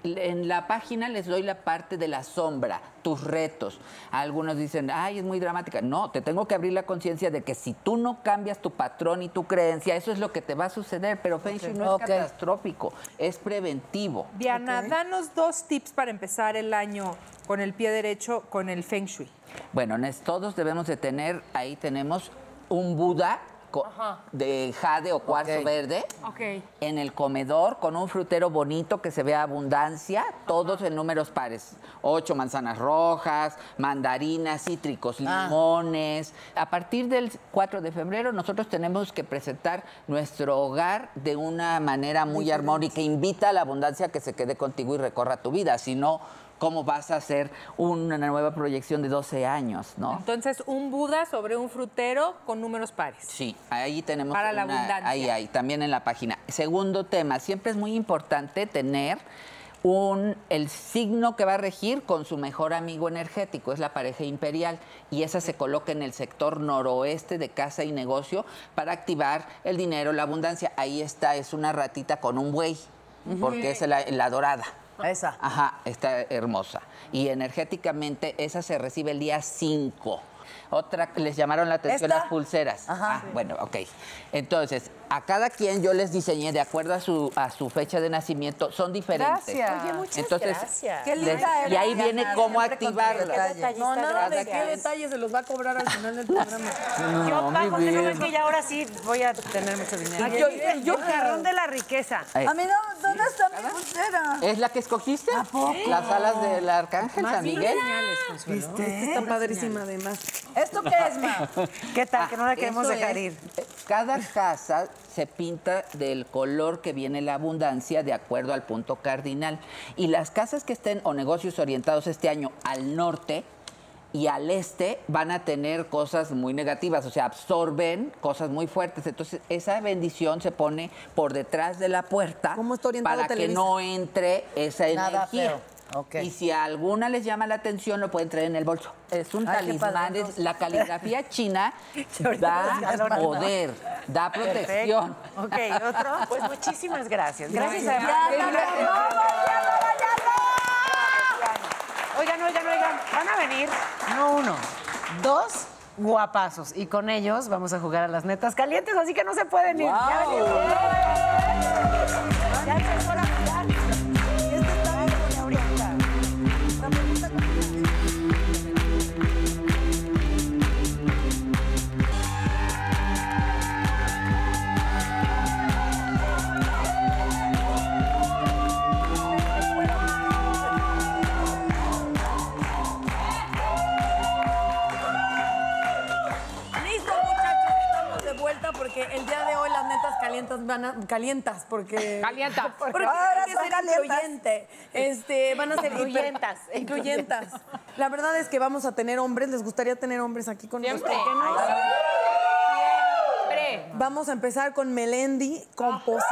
[SPEAKER 10] En la página les doy la parte de la sombra, tus retos. Algunos dicen, ay, es muy dramática. No, te tengo que abrir la conciencia de que si tú no cambias tu patrón y tu creencia, eso es lo que te va a suceder. Pero Feng Shui no
[SPEAKER 5] Ok.
[SPEAKER 10] es catastrófico, es preventivo.
[SPEAKER 7] Diana, danos dos tips para empezar el año con el pie derecho, con el Feng Shui.
[SPEAKER 10] Bueno, nes- todos debemos de tener, ahí tenemos un Buda co- de jade o cuarzo
[SPEAKER 5] Ok.
[SPEAKER 10] verde.
[SPEAKER 7] Ok.
[SPEAKER 10] En el comedor, con un frutero bonito que se vea abundancia, todos en números pares. Ocho manzanas rojas, mandarinas, cítricos, limones. A partir del 4 de febrero, nosotros tenemos que presentar nuestro hogar de una manera muy armónica. Invita a la abundancia que se quede contigo y recorra tu vida. Si no, ¿cómo vas a hacer una nueva proyección de 12 años, no?
[SPEAKER 7] Entonces, un Buda sobre un frutero con números pares.
[SPEAKER 10] Sí, ahí tenemos.
[SPEAKER 7] Para la abundancia.
[SPEAKER 10] Ahí, ahí, también en la página. Segundo tema, siempre es muy importante tener un, el signo que va a regir con su mejor amigo energético, es la pareja imperial, y esa se coloca en el sector noroeste de casa y negocio para activar el dinero, la abundancia. Ahí está, es una ratita con un buey, porque es la, la dorada.
[SPEAKER 5] Esa.
[SPEAKER 10] Ajá, está hermosa. Y energéticamente esa se recibe el día 5. Otra, les llamaron la atención
[SPEAKER 5] ¿Esta?
[SPEAKER 10] las pulseras. Ah,
[SPEAKER 5] Ajá.
[SPEAKER 10] bueno, ok. Entonces, a cada quien yo les diseñé de acuerdo a su, a su fecha de nacimiento, son diferentes.
[SPEAKER 8] Gracias. Oye, muchas
[SPEAKER 10] Entonces,
[SPEAKER 8] gracias.
[SPEAKER 3] Qué
[SPEAKER 10] les-
[SPEAKER 3] linda
[SPEAKER 10] y ahí
[SPEAKER 3] eres,
[SPEAKER 10] viene
[SPEAKER 3] Diana,
[SPEAKER 10] cómo
[SPEAKER 5] siempre con tus
[SPEAKER 10] activarla.
[SPEAKER 5] detalles.
[SPEAKER 3] No, nada de
[SPEAKER 8] Gracias.
[SPEAKER 3] qué detalles se los va a cobrar al final del programa.
[SPEAKER 6] Ah,
[SPEAKER 8] Yo
[SPEAKER 10] mi
[SPEAKER 8] bajo ese número,
[SPEAKER 10] vida.
[SPEAKER 8] es que ya ahora sí voy a tener mucho dinero.
[SPEAKER 10] Aquí hoy-
[SPEAKER 8] el chicharrón de la riqueza.
[SPEAKER 10] Ahí.
[SPEAKER 5] A mí, no, ¿dónde está mi pulsera?
[SPEAKER 10] ¿Es la que escogiste? Las alas del arcángel San Miguel.
[SPEAKER 9] Está padrísima además.
[SPEAKER 5] ¿Esto qué es, ma?
[SPEAKER 8] ¿Qué tal? que no la
[SPEAKER 10] Ah,
[SPEAKER 8] queremos
[SPEAKER 10] eso
[SPEAKER 8] dejar
[SPEAKER 10] es,
[SPEAKER 8] ir.
[SPEAKER 10] eh, Cada casa se pinta del color que viene la abundancia de acuerdo al punto cardinal. Y las casas que estén o negocios orientados este año al norte y al este van a tener cosas muy negativas, o sea, absorben cosas muy fuertes. Entonces, esa bendición se pone por detrás de la puerta
[SPEAKER 9] ¿Cómo está orientado
[SPEAKER 10] para que
[SPEAKER 9] Televisa?
[SPEAKER 10] no entre esa
[SPEAKER 5] Nada
[SPEAKER 10] energía.
[SPEAKER 5] feo. Ok.
[SPEAKER 10] Y si a alguna les llama la atención, lo pueden traer en el bolso. Es un
[SPEAKER 5] Ay, qué
[SPEAKER 10] talismán,
[SPEAKER 5] padre,
[SPEAKER 10] es-
[SPEAKER 5] no.
[SPEAKER 10] la caligrafía [laughs] china da poder, da protección.
[SPEAKER 8] Ok, otro. Pues muchísimas gracias. Gracias a Oigan, oigan, oigan, van a venir, no uno, dos guapazos. Y con ellos vamos a jugar a las netas calientes, así que no se pueden ir. Ya venimos. Ya empezó la jugada. Esto está bien, ahorita.
[SPEAKER 3] Listo, muchachos, estamos de vuelta porque el día de hoy las netas calientas van a. calientas, porque.
[SPEAKER 7] Calienta.
[SPEAKER 3] [laughs] Porque
[SPEAKER 5] Ahora
[SPEAKER 3] tiene
[SPEAKER 5] son
[SPEAKER 3] que ser
[SPEAKER 5] calientas.
[SPEAKER 3] incluyente. Este, van a ser hiper-
[SPEAKER 8] Incluyentas,
[SPEAKER 3] Incluyentas.
[SPEAKER 9] La verdad es que vamos a tener hombres, les gustaría tener hombres aquí con
[SPEAKER 7] Siempre.
[SPEAKER 9] nosotros.
[SPEAKER 7] Siempre.
[SPEAKER 9] Vamos a empezar con Melendi, compositor,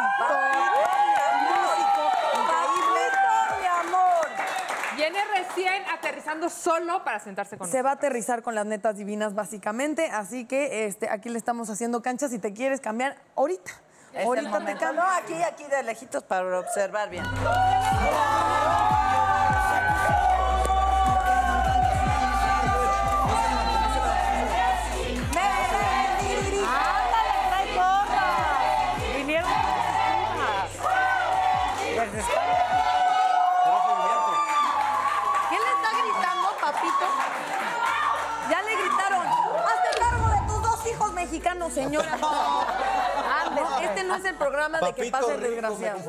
[SPEAKER 3] Increíble, mi amor.
[SPEAKER 7] Viene recién aterrizando solo para sentarse con
[SPEAKER 9] se va a aterrizar con las netas divinas básicamente, así que este, aquí le estamos haciendo cancha si te quieres cambiar ahorita. ahorita
[SPEAKER 5] Este
[SPEAKER 9] te
[SPEAKER 5] No,
[SPEAKER 9] cambio.
[SPEAKER 5] aquí, aquí de lejitos para observar bien.
[SPEAKER 8] Vinieron.
[SPEAKER 3] ¿Qué le está gritando, papito? Ya le gritaron.
[SPEAKER 9] no, señora. Anden, este no es el programa de que
[SPEAKER 11] Papito
[SPEAKER 9] pasen
[SPEAKER 11] rico,
[SPEAKER 9] desgraciados.
[SPEAKER 11] me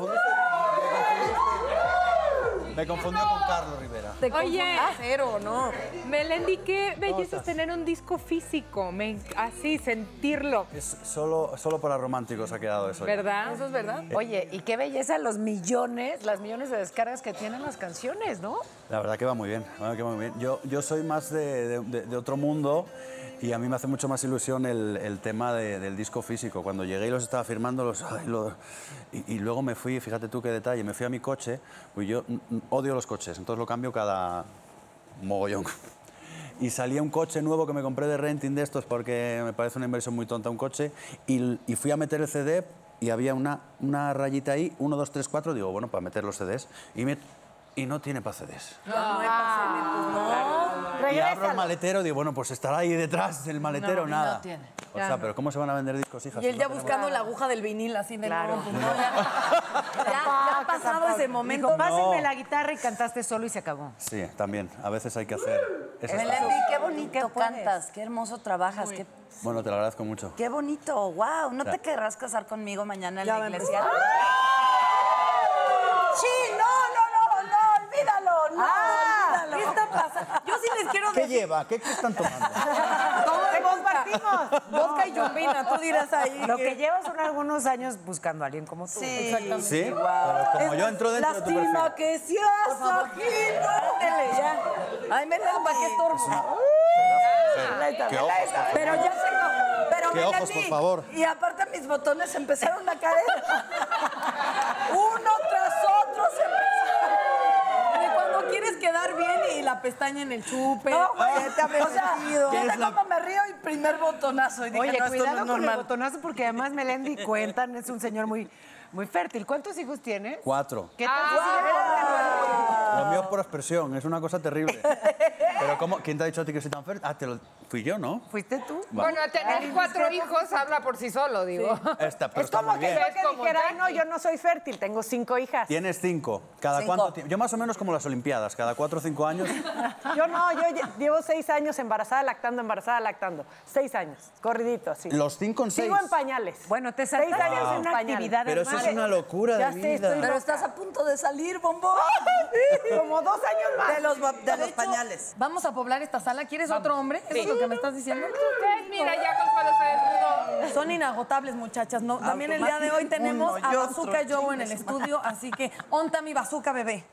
[SPEAKER 11] confundiste. Me confundió con Carlos Rivera.
[SPEAKER 9] Te
[SPEAKER 7] Oye,
[SPEAKER 9] confundí. Cero, no.
[SPEAKER 7] Melendi, qué belleza
[SPEAKER 11] Notas.
[SPEAKER 7] es tener un disco físico, me en- así sentirlo,
[SPEAKER 11] Es solo, solo para románticos ha quedado eso. ya.
[SPEAKER 7] ¿verdad?
[SPEAKER 6] Eso es verdad. Oye, y qué belleza los millones, las millones de descargas que tienen las canciones, ¿no?
[SPEAKER 11] La verdad que va muy bien. la verdad que va muy bien. Yo, yo soy más de, de- de- de otro mundo y a mí me hace mucho más ilusión el, el tema de- del disco físico. Cuando llegué y los estaba firmando, los, [laughs] ay, lo- y, y luego me fui, fíjate tú qué detalle, me fui a mi coche, pues yo mm, mm, odio los coches, entonces lo cambio cada mogollón. Y salía un coche nuevo que me compré de renting de estos porque me parece una inversión muy tonta un coche. Y, y fui a meter el CD y había una, una rayita ahí, 1, 2, 3, 4. Digo, bueno, para meter los CDs. Y, me- y no tiene para CDs.
[SPEAKER 9] pues
[SPEAKER 11] Y abro el maletero y digo, bueno, pues estará ahí detrás del maletero,
[SPEAKER 9] No, no
[SPEAKER 11] nada.
[SPEAKER 9] tiene.
[SPEAKER 11] O
[SPEAKER 9] Ya
[SPEAKER 11] sea,
[SPEAKER 9] no.
[SPEAKER 11] pero ¿cómo se van a vender discos, hijas?
[SPEAKER 9] Y él
[SPEAKER 11] Si
[SPEAKER 9] ya
[SPEAKER 11] no tenemos-
[SPEAKER 9] buscando la aguja del vinil así de nuevo. pues, no, ya, ya- ya ha pasado ese momento.
[SPEAKER 6] Dijo, pásenme
[SPEAKER 11] No.
[SPEAKER 6] la guitarra y cantaste solo y se acabó.
[SPEAKER 11] Sí, también. A veces hay que hacer esas
[SPEAKER 5] Melendi,
[SPEAKER 11] cosas.
[SPEAKER 5] qué bonito cantas, qué hermoso trabajas, qué,
[SPEAKER 11] Bueno, te lo agradezco mucho.
[SPEAKER 5] qué bonito,
[SPEAKER 9] Ah,
[SPEAKER 5] wow. ¿No
[SPEAKER 11] Ya.
[SPEAKER 5] te querrás casar conmigo mañana en
[SPEAKER 11] Ya va
[SPEAKER 5] la
[SPEAKER 11] a
[SPEAKER 5] iglesia?
[SPEAKER 11] empezar.
[SPEAKER 5] Sí, no, no, no, no, olvídalo, no,
[SPEAKER 6] Ah.
[SPEAKER 9] [laughs]
[SPEAKER 8] Ah,
[SPEAKER 5] olvídalo.
[SPEAKER 9] ¿Qué está pasando? Yo sí les quiero
[SPEAKER 11] ¿Qué
[SPEAKER 9] decir.
[SPEAKER 11] lleva? ¿Qué, qué están tomando?
[SPEAKER 6] Te compartimos.
[SPEAKER 9] Vodka y yumbina, tú dirás ahí
[SPEAKER 6] Lo
[SPEAKER 9] que-
[SPEAKER 6] que llevas son algunos años buscando a alguien como tú.
[SPEAKER 9] Exactamente.
[SPEAKER 11] Sí, pero como yo entro dentro de tu perfil.
[SPEAKER 9] Lástima que seas aquí, ándele ya. Ay, me da pa' qué estorbo.
[SPEAKER 11] Qué ojos, por favor.
[SPEAKER 5] Pero ya tengo. Pero
[SPEAKER 11] Qué
[SPEAKER 5] Melanie,
[SPEAKER 11] ojos, por favor.
[SPEAKER 5] Y aparte mis botones empezaron a caer. [laughs] Uno tras otro se empezó.
[SPEAKER 9] De cuando quieres quedar bien y la pestaña en el chupe.
[SPEAKER 5] No, güey, te ha
[SPEAKER 9] O sea,
[SPEAKER 5] metido.
[SPEAKER 9] ¿qué
[SPEAKER 5] Mira
[SPEAKER 9] es la-
[SPEAKER 5] cómo me río y primer botonazo. Y dije,
[SPEAKER 6] Oye,
[SPEAKER 5] no, esto no
[SPEAKER 6] cuidado
[SPEAKER 5] es
[SPEAKER 6] con el
[SPEAKER 5] normal.
[SPEAKER 6] botonazo porque además Melendi cuentan, es un señor muy, muy fértil. ¿Cuántos hijos tiene?
[SPEAKER 11] Cuatro.
[SPEAKER 8] Ah,
[SPEAKER 6] ¿Qué tal? si-
[SPEAKER 11] Lo mío es por expresión, es una cosa
[SPEAKER 8] [laughs]
[SPEAKER 11] terrible. Pero ¿cómo? ¿Quién te ha dicho a ti que soy tan fértil? Ah, te lo... fui yo, ¿no?
[SPEAKER 6] ¿Fuiste tú?
[SPEAKER 11] Vamos.
[SPEAKER 7] Bueno, tener cuatro hijos habla por sí solo, digo.
[SPEAKER 11] Está, pero
[SPEAKER 8] Es
[SPEAKER 11] está
[SPEAKER 8] como
[SPEAKER 11] muy
[SPEAKER 8] que
[SPEAKER 11] bien.
[SPEAKER 8] yo que dijera, "Ay, no, yo no soy fértil, tengo cinco hijas.
[SPEAKER 11] Tienes cinco. ¿Cada
[SPEAKER 8] Cinco.
[SPEAKER 11] cuánto tiempo? Yo más o menos como las Olimpiadas, cada cuatro o cinco años.
[SPEAKER 8] Yo no, yo lle- [laughs] llevo seis años embarazada, lactando, embarazada, lactando. Seis años, corridito, así.
[SPEAKER 11] Los cinco en
[SPEAKER 8] Sigo
[SPEAKER 11] seis.
[SPEAKER 8] en pañales.
[SPEAKER 6] Bueno, te
[SPEAKER 8] Seis
[SPEAKER 6] saltaste
[SPEAKER 8] años en
[SPEAKER 6] una
[SPEAKER 8] pañales.
[SPEAKER 6] actividad
[SPEAKER 11] Pero eso es
[SPEAKER 6] hermana.
[SPEAKER 11] una locura
[SPEAKER 8] Ya
[SPEAKER 11] de
[SPEAKER 8] sé,
[SPEAKER 11] vida.
[SPEAKER 8] estoy
[SPEAKER 5] Pero estás a punto de salir, [laughs] bombón.
[SPEAKER 8] Como dos años más.
[SPEAKER 5] De los, ba- de los pañales.
[SPEAKER 9] Vamos a poblar esta sala. ¿Quieres otro hombre? ¿Eso es lo que me estás diciendo?
[SPEAKER 7] Ustedes, mira, ya Consuelo se desnudó.
[SPEAKER 9] Son inagotables, muchachas. No, también el día de hoy tenemos
[SPEAKER 5] Uno
[SPEAKER 9] a
[SPEAKER 5] y otro,
[SPEAKER 9] Bazooka Joe en el estudio, así que onta mi bazooka, bebé.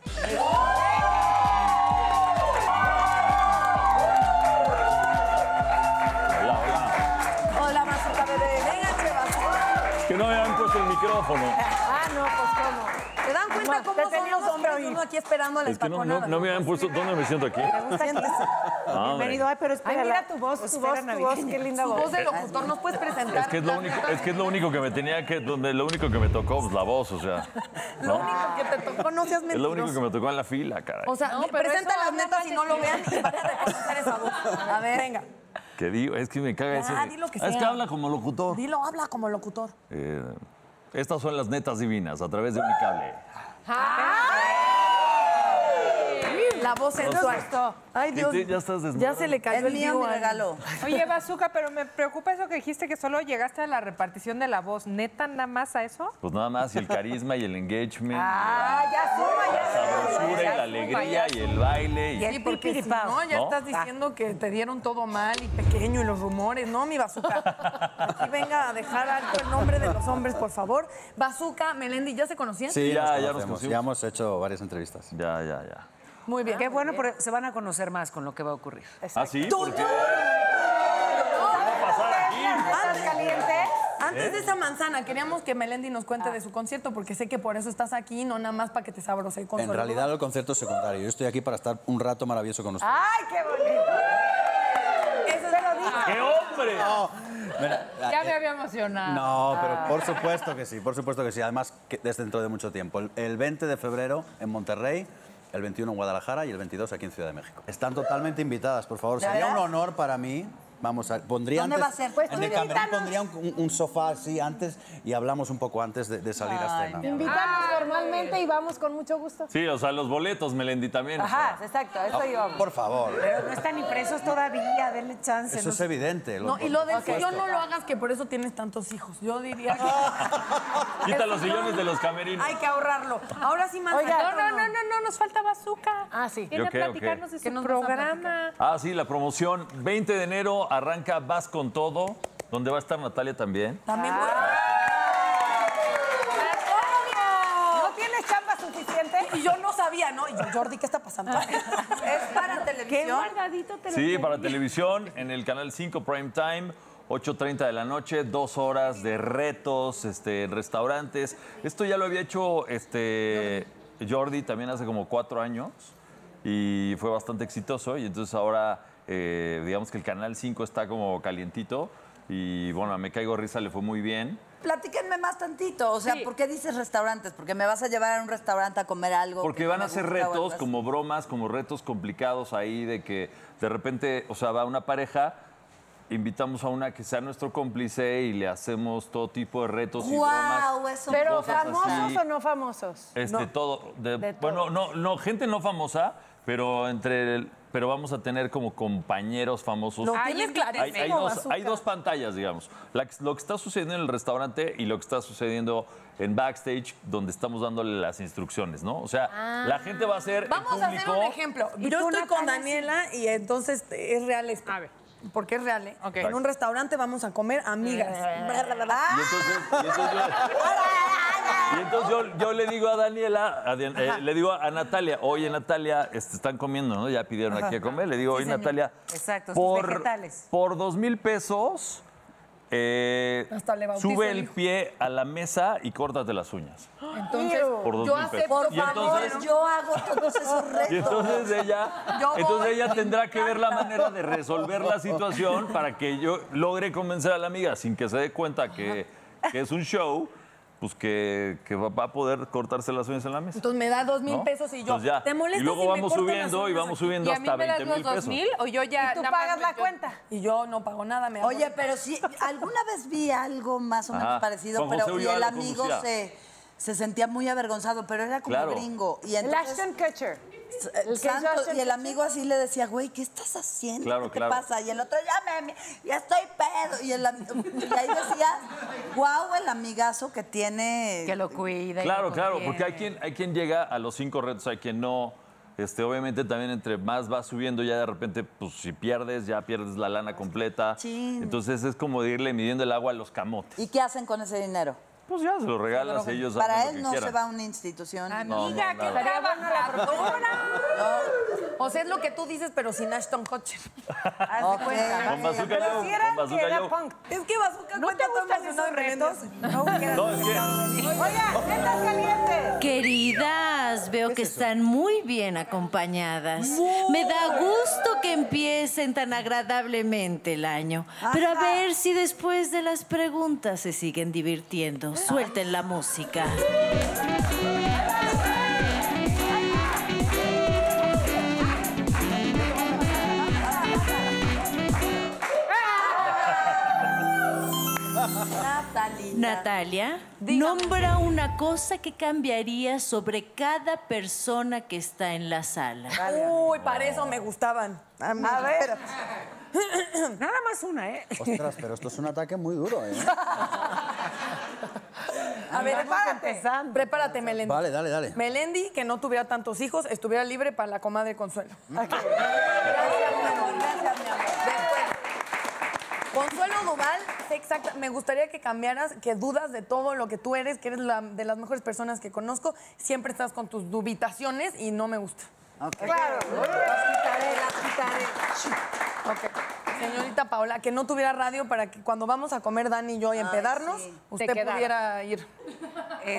[SPEAKER 5] Hola, Mazuca bebé. Vénganse, Bazooka.
[SPEAKER 12] Que no me han puesto el micrófono.
[SPEAKER 8] Ah, no, pues cómo.
[SPEAKER 9] ¿Te dan cuenta
[SPEAKER 8] Bueno, te
[SPEAKER 9] cómo son
[SPEAKER 8] teníamos
[SPEAKER 9] los
[SPEAKER 8] que
[SPEAKER 9] hombres?
[SPEAKER 8] oír.
[SPEAKER 9] Uno aquí esperando la
[SPEAKER 12] Es que no, no,
[SPEAKER 9] estaconada.
[SPEAKER 12] no me han puesto. ¿Dónde me siento aquí? Ah, hombre.
[SPEAKER 8] Bienvenido. Ay, pero espera. mira tu voz, tu voz, tu voz, qué linda
[SPEAKER 9] Su
[SPEAKER 8] voz.
[SPEAKER 9] voz de locutor nos puedes presentar.
[SPEAKER 12] Es que es lo único, es que es lo único que me tenía que, donde lo único que me tocó pues, la voz, o sea,
[SPEAKER 9] Lo único que te tocó, no seas
[SPEAKER 12] es lo único que
[SPEAKER 9] mentiroso.
[SPEAKER 12] me tocó en la fila, caray.
[SPEAKER 9] O sea,
[SPEAKER 7] No,
[SPEAKER 9] le-
[SPEAKER 7] pero
[SPEAKER 9] presenta
[SPEAKER 7] eso
[SPEAKER 9] las
[SPEAKER 7] habla
[SPEAKER 9] netas y no lo vean y van a reconocer esa voz. A ver, venga.
[SPEAKER 12] ¿Qué digo? Es que me caga eso.
[SPEAKER 9] Ya,
[SPEAKER 12] de-
[SPEAKER 9] di lo que
[SPEAKER 12] es que
[SPEAKER 9] sea.
[SPEAKER 12] habla como locutor.
[SPEAKER 9] Dilo, habla como locutor.
[SPEAKER 12] Eh, estas son las netas divinas a través de mi cable.
[SPEAKER 9] La voz sensual.
[SPEAKER 8] Ay, Dios.
[SPEAKER 12] Gente, ya estás desnuda.
[SPEAKER 9] Ya se le cayó
[SPEAKER 5] Es
[SPEAKER 9] el
[SPEAKER 5] mío
[SPEAKER 9] vivo
[SPEAKER 5] mi
[SPEAKER 9] a-
[SPEAKER 5] regalo.
[SPEAKER 7] Oye, Bazooka, pero me preocupa eso que dijiste que solo llegaste a la repartición de la voz. ¿Neta nada más a eso?
[SPEAKER 12] Pues nada más, y el carisma y el engagement,
[SPEAKER 6] Ah, ya suma, ya
[SPEAKER 12] y la
[SPEAKER 6] suma.
[SPEAKER 12] dulzura y la alegría y el baile. y-
[SPEAKER 6] Y
[SPEAKER 9] Sí,
[SPEAKER 6] el
[SPEAKER 9] porque si
[SPEAKER 6] pipiripao.
[SPEAKER 9] no, ya
[SPEAKER 12] ¿No?
[SPEAKER 9] estás diciendo que te dieron todo mal y pequeño y los rumores, ¿no, mi Bazooka? Aquí venga a dejar alto el nombre de los hombres, por favor. Bazooka, Melendi, ¿ya se conocían?
[SPEAKER 11] Sí,
[SPEAKER 12] Ya,
[SPEAKER 11] ya,
[SPEAKER 12] ya
[SPEAKER 11] ya
[SPEAKER 12] nos conocimos.
[SPEAKER 11] Ya hemos hecho varias entrevistas.
[SPEAKER 12] Ya, ya, ya.
[SPEAKER 9] Muy bien.
[SPEAKER 6] Qué bueno, porque se van a conocer más con lo que va a ocurrir.
[SPEAKER 12] ¿Ah, sí? ¿Por qué? ¿Qué va a pasar aquí? ¿Eh?
[SPEAKER 8] ¿Estás caliente?
[SPEAKER 9] Antes de esa manzana, queríamos que Melendi nos cuente de su concierto, porque sé que por eso estás aquí, no nada más para que te sabrose con
[SPEAKER 11] En realidad el concierto es secundario. Yo estoy aquí para estar un rato maravilloso con
[SPEAKER 5] Ah.
[SPEAKER 11] ustedes.
[SPEAKER 8] Ay, qué bonito.
[SPEAKER 9] Eso es lo dijo.
[SPEAKER 12] ¡Qué hombre!
[SPEAKER 11] Mira, la-
[SPEAKER 7] Ya me había emocionado.
[SPEAKER 11] No,
[SPEAKER 5] Ah.
[SPEAKER 11] pero por supuesto que sí, por supuesto que sí. Además, que es dentro de mucho tiempo. El, el 20 de febrero en Monterrey, el 21 en Guadalajara y el 22 aquí en Ciudad de México. Están totalmente invitadas, por favor. Sería un honor para mí Vamos a, pondría
[SPEAKER 5] ¿Dónde
[SPEAKER 11] antes-
[SPEAKER 5] va a ser? Pues
[SPEAKER 11] en
[SPEAKER 5] tú
[SPEAKER 11] el camerino
[SPEAKER 5] invítanos.
[SPEAKER 11] pondría un, un- un sofá así antes y hablamos un poco antes de, de salir a
[SPEAKER 8] Ay,
[SPEAKER 11] escena.
[SPEAKER 8] Te invitamos
[SPEAKER 9] Ah,
[SPEAKER 8] formalmente y vamos con mucho gusto.
[SPEAKER 12] Sí, o sea, los boletos, Melendi, también.
[SPEAKER 8] Ajá, exacto,
[SPEAKER 12] Ah,
[SPEAKER 8] eso íbamos.
[SPEAKER 11] Por favor.
[SPEAKER 10] Pero no están impresos todavía, denle chance.
[SPEAKER 11] Eso
[SPEAKER 10] no
[SPEAKER 11] es
[SPEAKER 10] sé.
[SPEAKER 11] evidente.
[SPEAKER 9] No, y lo del
[SPEAKER 12] Ah,
[SPEAKER 11] por supuesto.
[SPEAKER 9] sillón no lo hagas, que por eso tienes tantos hijos. Yo diría que.
[SPEAKER 12] [laughs] Quita los sillones de los camerinos.
[SPEAKER 9] Hay que ahorrarlo. Ahora sí, más.
[SPEAKER 7] no, no, no, no, no, nos falta Bazooka.
[SPEAKER 9] Ah, sí.
[SPEAKER 7] Viene
[SPEAKER 12] ¿Yo
[SPEAKER 7] a
[SPEAKER 12] qué, o qué?
[SPEAKER 7] platicarnos de
[SPEAKER 9] ¿Qué
[SPEAKER 7] su
[SPEAKER 9] nos vas a
[SPEAKER 7] programa.
[SPEAKER 12] Ah, sí, la promoción. 20 de enero arranca Vas con Todo, donde va a estar Natalia también.
[SPEAKER 9] También
[SPEAKER 8] ¿No tienes chamba suficiente?
[SPEAKER 9] Y yo no sabía, ¿no? Y yo, Jordi, ¿qué está pasando?
[SPEAKER 12] Ah.
[SPEAKER 9] es para televisión. Qué guardadito
[SPEAKER 12] Sí, para televisión, en el canal 5 Prime Time. 8.30 de la noche, dos horas de retos, este, en restaurantes. Esto ya lo había hecho este, Jordi también hace como cuatro años y fue bastante exitoso. Y entonces ahora, eh, digamos que el Canal 5 está como calientito y bueno, a Me Caigo de Risa le fue muy bien.
[SPEAKER 5] Platíquenme más tantito, o sea, ¿por qué dices restaurantes? Porque me vas a llevar a un restaurante a comer algo. que
[SPEAKER 12] Porque
[SPEAKER 5] no
[SPEAKER 12] van a
[SPEAKER 5] me
[SPEAKER 12] hacer
[SPEAKER 5] gusta o algo
[SPEAKER 12] retos
[SPEAKER 5] así.
[SPEAKER 12] como bromas, como retos complicados ahí de que de repente, o sea, va una pareja, invitamos a una que sea nuestro cómplice y le hacemos todo tipo de retos y bromas.
[SPEAKER 8] ¡Guau! Eso Pero
[SPEAKER 12] cosas
[SPEAKER 8] famosos
[SPEAKER 12] así.
[SPEAKER 8] o no famosos.
[SPEAKER 12] Este, todo, de-
[SPEAKER 8] De
[SPEAKER 12] bueno, no, no, gente no famosa, pero entre el- pero vamos a tener como compañeros famosos.
[SPEAKER 9] Lo tienes
[SPEAKER 12] Hay, hay
[SPEAKER 9] clarísimo,
[SPEAKER 12] dos,
[SPEAKER 9] Bazooka.
[SPEAKER 12] hay dos pantallas, digamos. La que- lo que está sucediendo en el restaurante y lo que está sucediendo en backstage, donde estamos dándole las instrucciones, ¿no? O sea, la gente va a ser.
[SPEAKER 9] Vamos
[SPEAKER 12] el
[SPEAKER 9] a hacer
[SPEAKER 12] público,
[SPEAKER 9] un ejemplo.
[SPEAKER 12] Y
[SPEAKER 9] Yo
[SPEAKER 12] tú,
[SPEAKER 9] estoy con
[SPEAKER 12] Natalia,
[SPEAKER 9] Daniela y entonces eh, es real esto. A ver. Porque es real, ¿eh?
[SPEAKER 3] En un restaurante vamos a comer amigas.
[SPEAKER 12] Y entonces, y entonces yo, y entonces yo- yo le digo a Daniela, a Dan- eh, le digo a Natalia, oye Natalia, este, están comiendo, ¿no? Ya pidieron
[SPEAKER 10] Ajá.
[SPEAKER 12] aquí a comer. Le digo,
[SPEAKER 10] Sí,
[SPEAKER 12] oye
[SPEAKER 10] señor.
[SPEAKER 12] Natalia,
[SPEAKER 10] Exacto, sus
[SPEAKER 12] por,
[SPEAKER 10] vegetales.
[SPEAKER 12] por dos mil pesos, eh,
[SPEAKER 9] Hasta le bautizo
[SPEAKER 12] sube
[SPEAKER 9] el
[SPEAKER 12] el
[SPEAKER 9] hijo.
[SPEAKER 12] pie a la mesa y córtate las uñas.
[SPEAKER 9] Entonces,
[SPEAKER 12] Por dos
[SPEAKER 9] yo
[SPEAKER 12] mil
[SPEAKER 9] acepto.
[SPEAKER 12] pesos.
[SPEAKER 9] Por
[SPEAKER 12] Y entonces-
[SPEAKER 9] favor, yo hago todos esos
[SPEAKER 12] [laughs]
[SPEAKER 9] retos.
[SPEAKER 12] Y entonces ella,
[SPEAKER 9] Yo voy.
[SPEAKER 12] entonces ella tendrá que ver la manera de resolver la situación para que yo logre convencer a la amiga sin que se dé cuenta que, que es un show, pues que, que va va a poder cortarse las uñas en la mesa.
[SPEAKER 9] Entonces me da dos mil
[SPEAKER 12] ¿No?
[SPEAKER 9] pesos y yo.
[SPEAKER 12] Entonces ya.
[SPEAKER 9] ¿Te molesta
[SPEAKER 12] Y luego
[SPEAKER 9] si me
[SPEAKER 12] vamos
[SPEAKER 9] cortan las
[SPEAKER 12] subiendo
[SPEAKER 9] uñas
[SPEAKER 12] y vamos
[SPEAKER 9] aquí?
[SPEAKER 12] subiendo ¿Y a hasta mí me das 20,000 los pesos. 2,000
[SPEAKER 9] o yo ya
[SPEAKER 5] ¿Y tú nada más pagas me la quedo?
[SPEAKER 9] cuenta? Y yo no pago nada, me
[SPEAKER 5] Oye, pero sí, alguna vez vi algo más o menos
[SPEAKER 12] Ajá.
[SPEAKER 5] parecido,
[SPEAKER 12] Juan
[SPEAKER 5] pero
[SPEAKER 12] José
[SPEAKER 5] y
[SPEAKER 12] Ulloa
[SPEAKER 5] el
[SPEAKER 12] lo
[SPEAKER 5] amigo
[SPEAKER 12] conducía.
[SPEAKER 5] se, se sentía muy avergonzado, pero era como
[SPEAKER 12] Claro.
[SPEAKER 5] gringo. Y
[SPEAKER 8] El
[SPEAKER 5] entonces,
[SPEAKER 8] Ashton Kutcher.
[SPEAKER 5] eh,
[SPEAKER 8] El que
[SPEAKER 5] Santos,
[SPEAKER 8] es Ashton
[SPEAKER 5] y el
[SPEAKER 8] Kutcher.
[SPEAKER 5] amigo así le decía, güey, ¿qué estás haciendo?
[SPEAKER 12] Claro,
[SPEAKER 5] ¿Qué te
[SPEAKER 12] claro.
[SPEAKER 5] pasa? Y el otro, ya, me, ya estoy pedo. Y, el am- y ahí decía, wow, el amigazo que tiene. Que lo
[SPEAKER 10] cuida.
[SPEAKER 12] Claro, claro, porque hay quien, hay quien llega a los cinco retos, hay quien no. Este, obviamente también entre más vas subiendo, ya de repente, pues si pierdes, ya pierdes la lana completa.
[SPEAKER 5] Chin.
[SPEAKER 12] Entonces es como de irle midiendo el agua a los camotes.
[SPEAKER 5] ¿Y qué hacen con ese dinero?
[SPEAKER 12] Pues ya se lo regalas, ellos
[SPEAKER 5] Para
[SPEAKER 12] hacen lo
[SPEAKER 5] él
[SPEAKER 12] que
[SPEAKER 5] no se
[SPEAKER 12] quieran.
[SPEAKER 5] va a una institución.
[SPEAKER 12] No, no, Amiga, qué nada.
[SPEAKER 9] Estaría buena la O sea, es lo que tú dices, pero sin Ashton
[SPEAKER 6] [laughs]
[SPEAKER 9] Kutcher. Haz de
[SPEAKER 5] Ok.
[SPEAKER 9] cuenta.
[SPEAKER 12] Con Bazooka
[SPEAKER 9] Pero
[SPEAKER 12] Joe,
[SPEAKER 9] si era
[SPEAKER 12] con Bazooka
[SPEAKER 9] que era
[SPEAKER 12] Joe.
[SPEAKER 9] punk. Es que Bazooka ¿No te gustan esos retos?
[SPEAKER 12] No, es que-
[SPEAKER 8] ¡Estás caliente!
[SPEAKER 2] Queridas, veo que están muy bien acompañadas. Me da gusto que empiecen tan agradablemente el año. Pero a ver si después de las preguntas se siguen divirtiendo. Suelten la música. Natalia, nombra una cosa que cambiaría sobre cada persona que está en la sala.
[SPEAKER 9] Uy, para eso me gustaban.
[SPEAKER 8] A ver.
[SPEAKER 10] Nada más una, ¿eh?
[SPEAKER 11] Ostras, pero esto es un ataque muy duro, ¿eh?
[SPEAKER 9] A ver, prepárate. Prepárate, Melendi.
[SPEAKER 11] Vale, dale, dale.
[SPEAKER 9] Melendi, que no tuviera tantos hijos, estuviera libre para la comadre Consuelo. pues. Consuelo Duval, sé exacta- me gustaría que cambiaras, que dudas de todo lo que tú eres, que eres la- de las mejores personas que conozco. Siempre estás con tus dubitaciones y no me gusta. Claro. Las quitaré, las quitaré. Ok. Señorita Paola, que no tuviera radio para que cuando vamos a comer Dani y yo y empedarnos,
[SPEAKER 5] sí.
[SPEAKER 9] usted
[SPEAKER 7] Te quedaras.
[SPEAKER 9] pudiera ir.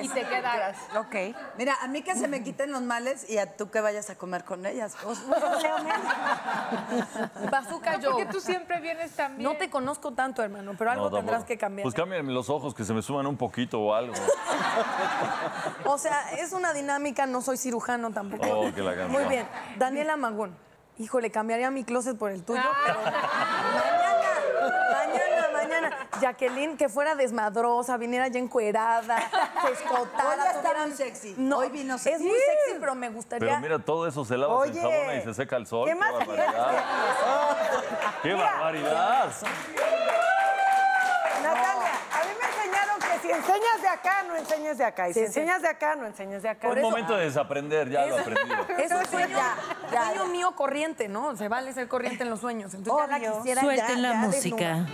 [SPEAKER 5] Y te
[SPEAKER 7] quedaras.
[SPEAKER 10] Ok.
[SPEAKER 6] [laughs]
[SPEAKER 5] Mira, a mí que se me quiten los males y a tú que vayas a comer con ellas. Pues, [laughs]
[SPEAKER 9] Bazooka yo.
[SPEAKER 7] Porque tú siempre vienes también.
[SPEAKER 9] No te conozco tanto, hermano, pero algo
[SPEAKER 12] No, tampoco.
[SPEAKER 9] tendrás que ¿eh? cambiar.
[SPEAKER 12] Pues cámbiame los ojos, que se me suman un poquito o algo.
[SPEAKER 9] O sea, es una dinámica, no soy cirujano tampoco.
[SPEAKER 12] Oh, que la gran-
[SPEAKER 9] Muy bien. Daniela Magón. Híjole, cambiaría mi closet por el tuyo, pero mañana.
[SPEAKER 13] Mañana, mañana. Jacqueline, que fuera desmadrosa, viniera ya encuerada,
[SPEAKER 5] Hoy ya
[SPEAKER 13] escotada.
[SPEAKER 5] está muy sexy.
[SPEAKER 13] Hoy vino sexy. Es muy sexy, pero me gustaría...
[SPEAKER 12] Pero mira, todo eso se lava,
[SPEAKER 13] Oye,
[SPEAKER 12] se enjabona y se seca al sol.
[SPEAKER 13] ¿qué más
[SPEAKER 12] barbaridad! [laughs] ¡Qué barbaridad!
[SPEAKER 8] Natalia, a mí me enseñaron que si enseñas de acá, no enseñes de acá. Y
[SPEAKER 13] Sí,
[SPEAKER 8] si
[SPEAKER 13] sí.
[SPEAKER 8] enseñas de acá, no enseñes de acá.
[SPEAKER 12] Un momento de desaprender, ya lo aprendí.
[SPEAKER 13] Es un sueño, sueño mío corriente, ¿no? Se vale ser corriente en los sueños. Entonces ya la quisiera ya,
[SPEAKER 1] Suelten la
[SPEAKER 13] ya
[SPEAKER 1] música.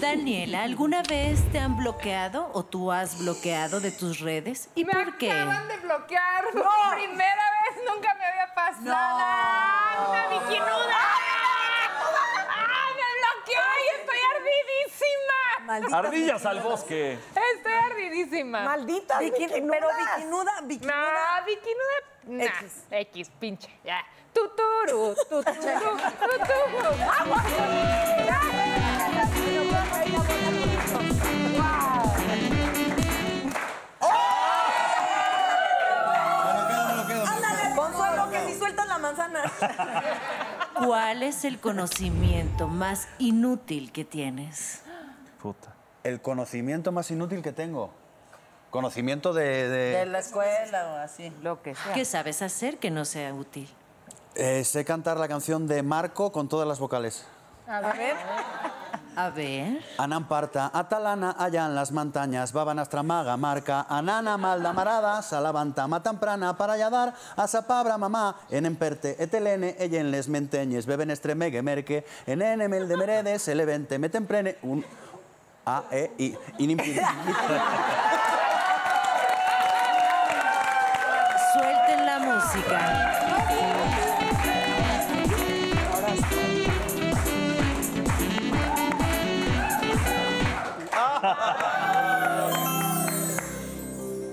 [SPEAKER 2] Daniela, ¿alguna vez te han bloqueado o tú has bloqueado de tus redes? ¿Y por qué?
[SPEAKER 7] Acaban de bloquear.
[SPEAKER 2] No.
[SPEAKER 7] Por [laughs] primera vez nunca me había pasado. ¡Una bikinuda! ¡Ay, me bloqueó y estoy ardidísima!
[SPEAKER 12] Ardillas al bosque.
[SPEAKER 7] Estoy
[SPEAKER 8] ah,
[SPEAKER 7] ardidísima.
[SPEAKER 8] Maldita
[SPEAKER 7] bikinuda. Pero bikinuda, bikinuda. No, bikinuda. nah, X. pinche. Ya. Tuturu,
[SPEAKER 2] [laughs]
[SPEAKER 7] tuturu, tuturu. ¡Vamos!
[SPEAKER 13] Consuelo, que si sueltas la manzana.
[SPEAKER 2] ¿Cuál es el conocimiento más inútil que tienes?
[SPEAKER 11] Puta. El conocimiento más inútil que tengo. Conocimiento de... de-
[SPEAKER 5] la escuela o así.
[SPEAKER 6] Lo que
[SPEAKER 2] ¿Qué sabes hacer que no sea útil?
[SPEAKER 11] Eh, sé cantar la canción de Marco con todas las vocales.
[SPEAKER 2] A ver. A ver.
[SPEAKER 11] Anamparta, Atalana, allá en las montañas, Babanastra, Maga, Marca, Anana, Malda, Marada, Salavanta, Matamprana, para Yadar, Asapabra, Mamá, en Emperte, Etelene, Eyenles, Menteñes, Beben Estremegue, Merque, Enene, Mel de Meredes, Elevente, Metemprene, un... A, E, I, inimpide.
[SPEAKER 2] Suelten la música.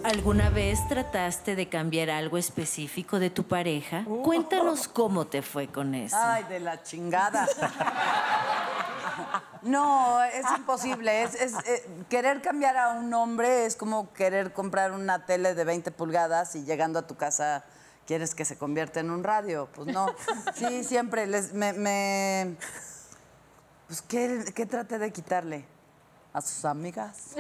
[SPEAKER 2] ¿Alguna vez trataste de cambiar algo específico de tu pareja? Cuéntanos cómo te fue con eso.
[SPEAKER 5] Ay, de la chingada. No, es imposible. Es, es, eh, querer cambiar a un hombre es como querer comprar una tele de 20 pulgadas y llegando a tu casa quieres que se convierta en un radio. Pues no. Sí, siempre les, me, me- Pues, ¿qué, ¿qué traté de quitarle? ¿A sus amigas?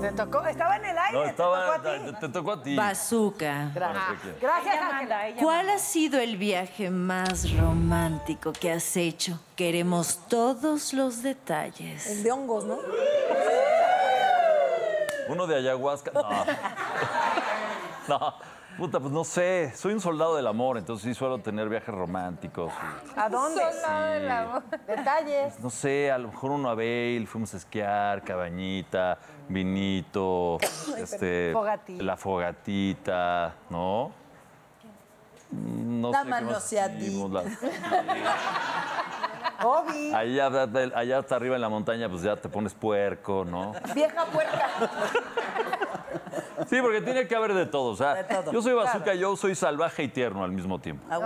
[SPEAKER 8] Te tocó, estaba en el aire.
[SPEAKER 12] No, estaba.
[SPEAKER 8] te tocó a ti.
[SPEAKER 12] Te tocó a ti.
[SPEAKER 2] Bazooka.
[SPEAKER 12] Ahora te quiero.
[SPEAKER 8] Gracias, Ángela. ella
[SPEAKER 2] ¿Cuál ha sido el viaje más romántico que has hecho? Queremos todos los detalles. El
[SPEAKER 13] de hongos, ¿no?
[SPEAKER 12] Uno de ayahuasca. No. No. Puta, pues no sé. Soy un soldado del amor, entonces sí suelo tener viajes románticos.
[SPEAKER 8] ¿A dónde?
[SPEAKER 12] Soldado del amor.
[SPEAKER 8] Detalles.
[SPEAKER 12] No sé, a lo mejor uno a Bale, fuimos a esquiar, cabañita,
[SPEAKER 8] [coughs]
[SPEAKER 12] vinito, este,
[SPEAKER 8] Fogatita.
[SPEAKER 12] la fogatita, ¿no? No
[SPEAKER 5] La
[SPEAKER 12] sé qué más
[SPEAKER 5] manoseadita.
[SPEAKER 12] hicimos, la-
[SPEAKER 8] [laughs] Obi.
[SPEAKER 12] Allá, allá hasta arriba en la montaña, pues ya te pones puerco, ¿no?
[SPEAKER 8] Vieja puerca.
[SPEAKER 12] Sí, porque tiene que haber de todo. O sea, yo soy bazooka, yo soy salvaje y tierno al mismo tiempo.
[SPEAKER 8] Ah,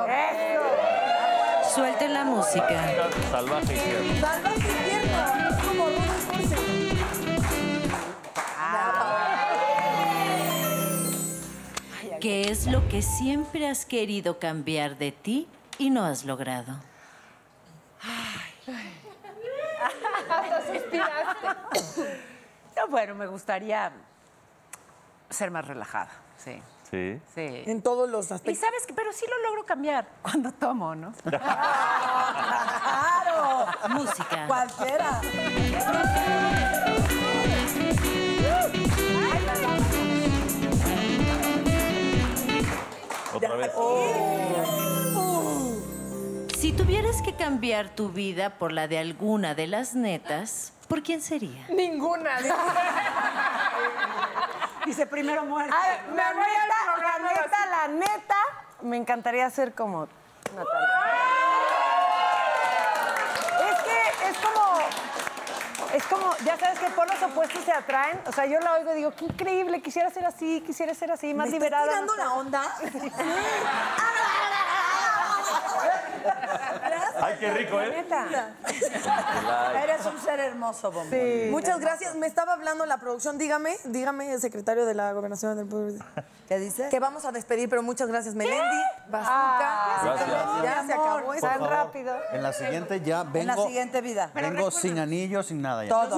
[SPEAKER 2] Suelten la música.
[SPEAKER 12] Salvaje y tierno.
[SPEAKER 2] ¿Qué es lo que siempre has querido cambiar de ti y no has logrado?
[SPEAKER 7] Hasta suspiraste.
[SPEAKER 6] No, bueno, me gustaría ser más relajada, sí.
[SPEAKER 12] Sí.
[SPEAKER 6] Sí.
[SPEAKER 9] [laughs] En todos los
[SPEAKER 6] Y
[SPEAKER 9] aspectos.
[SPEAKER 6] sabes que, pero sí lo logro cambiar cuando tomo, ¿no?
[SPEAKER 5] ¡Claro!
[SPEAKER 2] Música.
[SPEAKER 5] Cualquiera.
[SPEAKER 12] Otra vez.
[SPEAKER 2] Si tuvieras que cambiar tu vida por la de alguna de las netas, ¿por quién sería?
[SPEAKER 7] Ninguna.
[SPEAKER 8] Dice primero muerto. Ay, la, neta, la neta, la neta, me encantaría ser como Es que es como, es como, ya sabes que por los opuestos se atraen. O sea, yo la oigo y digo, qué increíble, quisiera ser así, quisiera ser así, más
[SPEAKER 9] ¿Me estás
[SPEAKER 8] liberada.
[SPEAKER 9] tirando
[SPEAKER 8] no sé.
[SPEAKER 9] la onda?
[SPEAKER 3] Ay, qué rico, ¿eh?
[SPEAKER 5] Eres un ser hermoso, Bombón.
[SPEAKER 9] Muchas
[SPEAKER 14] Muchas
[SPEAKER 9] gracias.
[SPEAKER 14] gracias. Me estaba hablando la producción. Dígame, dígame, secretario de la Gobernación del Pueblo.
[SPEAKER 9] ¿Qué dice? Que vamos a despedir, pero muchas gracias, Melendi. Bazooka.
[SPEAKER 11] Gracias.
[SPEAKER 9] Ah. Ya
[SPEAKER 11] Mi
[SPEAKER 9] se acabó.
[SPEAKER 11] Por
[SPEAKER 9] esto.
[SPEAKER 11] favor, Oh, En la siguiente ya vengo.
[SPEAKER 5] En la siguiente vida.
[SPEAKER 11] Vengo sin anillo, sin nada ya.
[SPEAKER 5] Todo.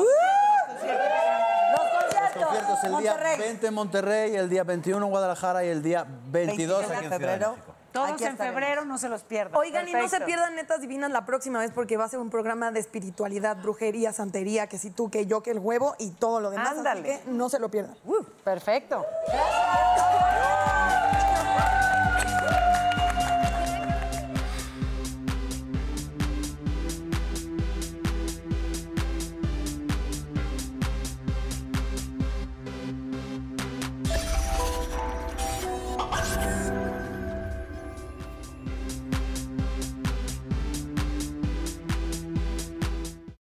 [SPEAKER 5] Los conciertos.
[SPEAKER 11] Los conciertos el día
[SPEAKER 5] Monterrey.
[SPEAKER 11] 20 en Monterrey, el día 21 en Guadalajara y el día 22 aquí en febrero.
[SPEAKER 6] Todos
[SPEAKER 15] Aquí
[SPEAKER 6] en
[SPEAKER 15] estaremos.
[SPEAKER 6] febrero, no se los pierdan.
[SPEAKER 15] Oigan,
[SPEAKER 9] y no se
[SPEAKER 6] Perfecto.
[SPEAKER 9] pierdan Netas Divinas la próxima vez porque va a ser un programa de espiritualidad, brujería, santería, que si tú, que yo, que el huevo y todo lo demás. Así
[SPEAKER 8] Ándale.
[SPEAKER 9] Uh. que no se lo pierdan.
[SPEAKER 8] Perfecto.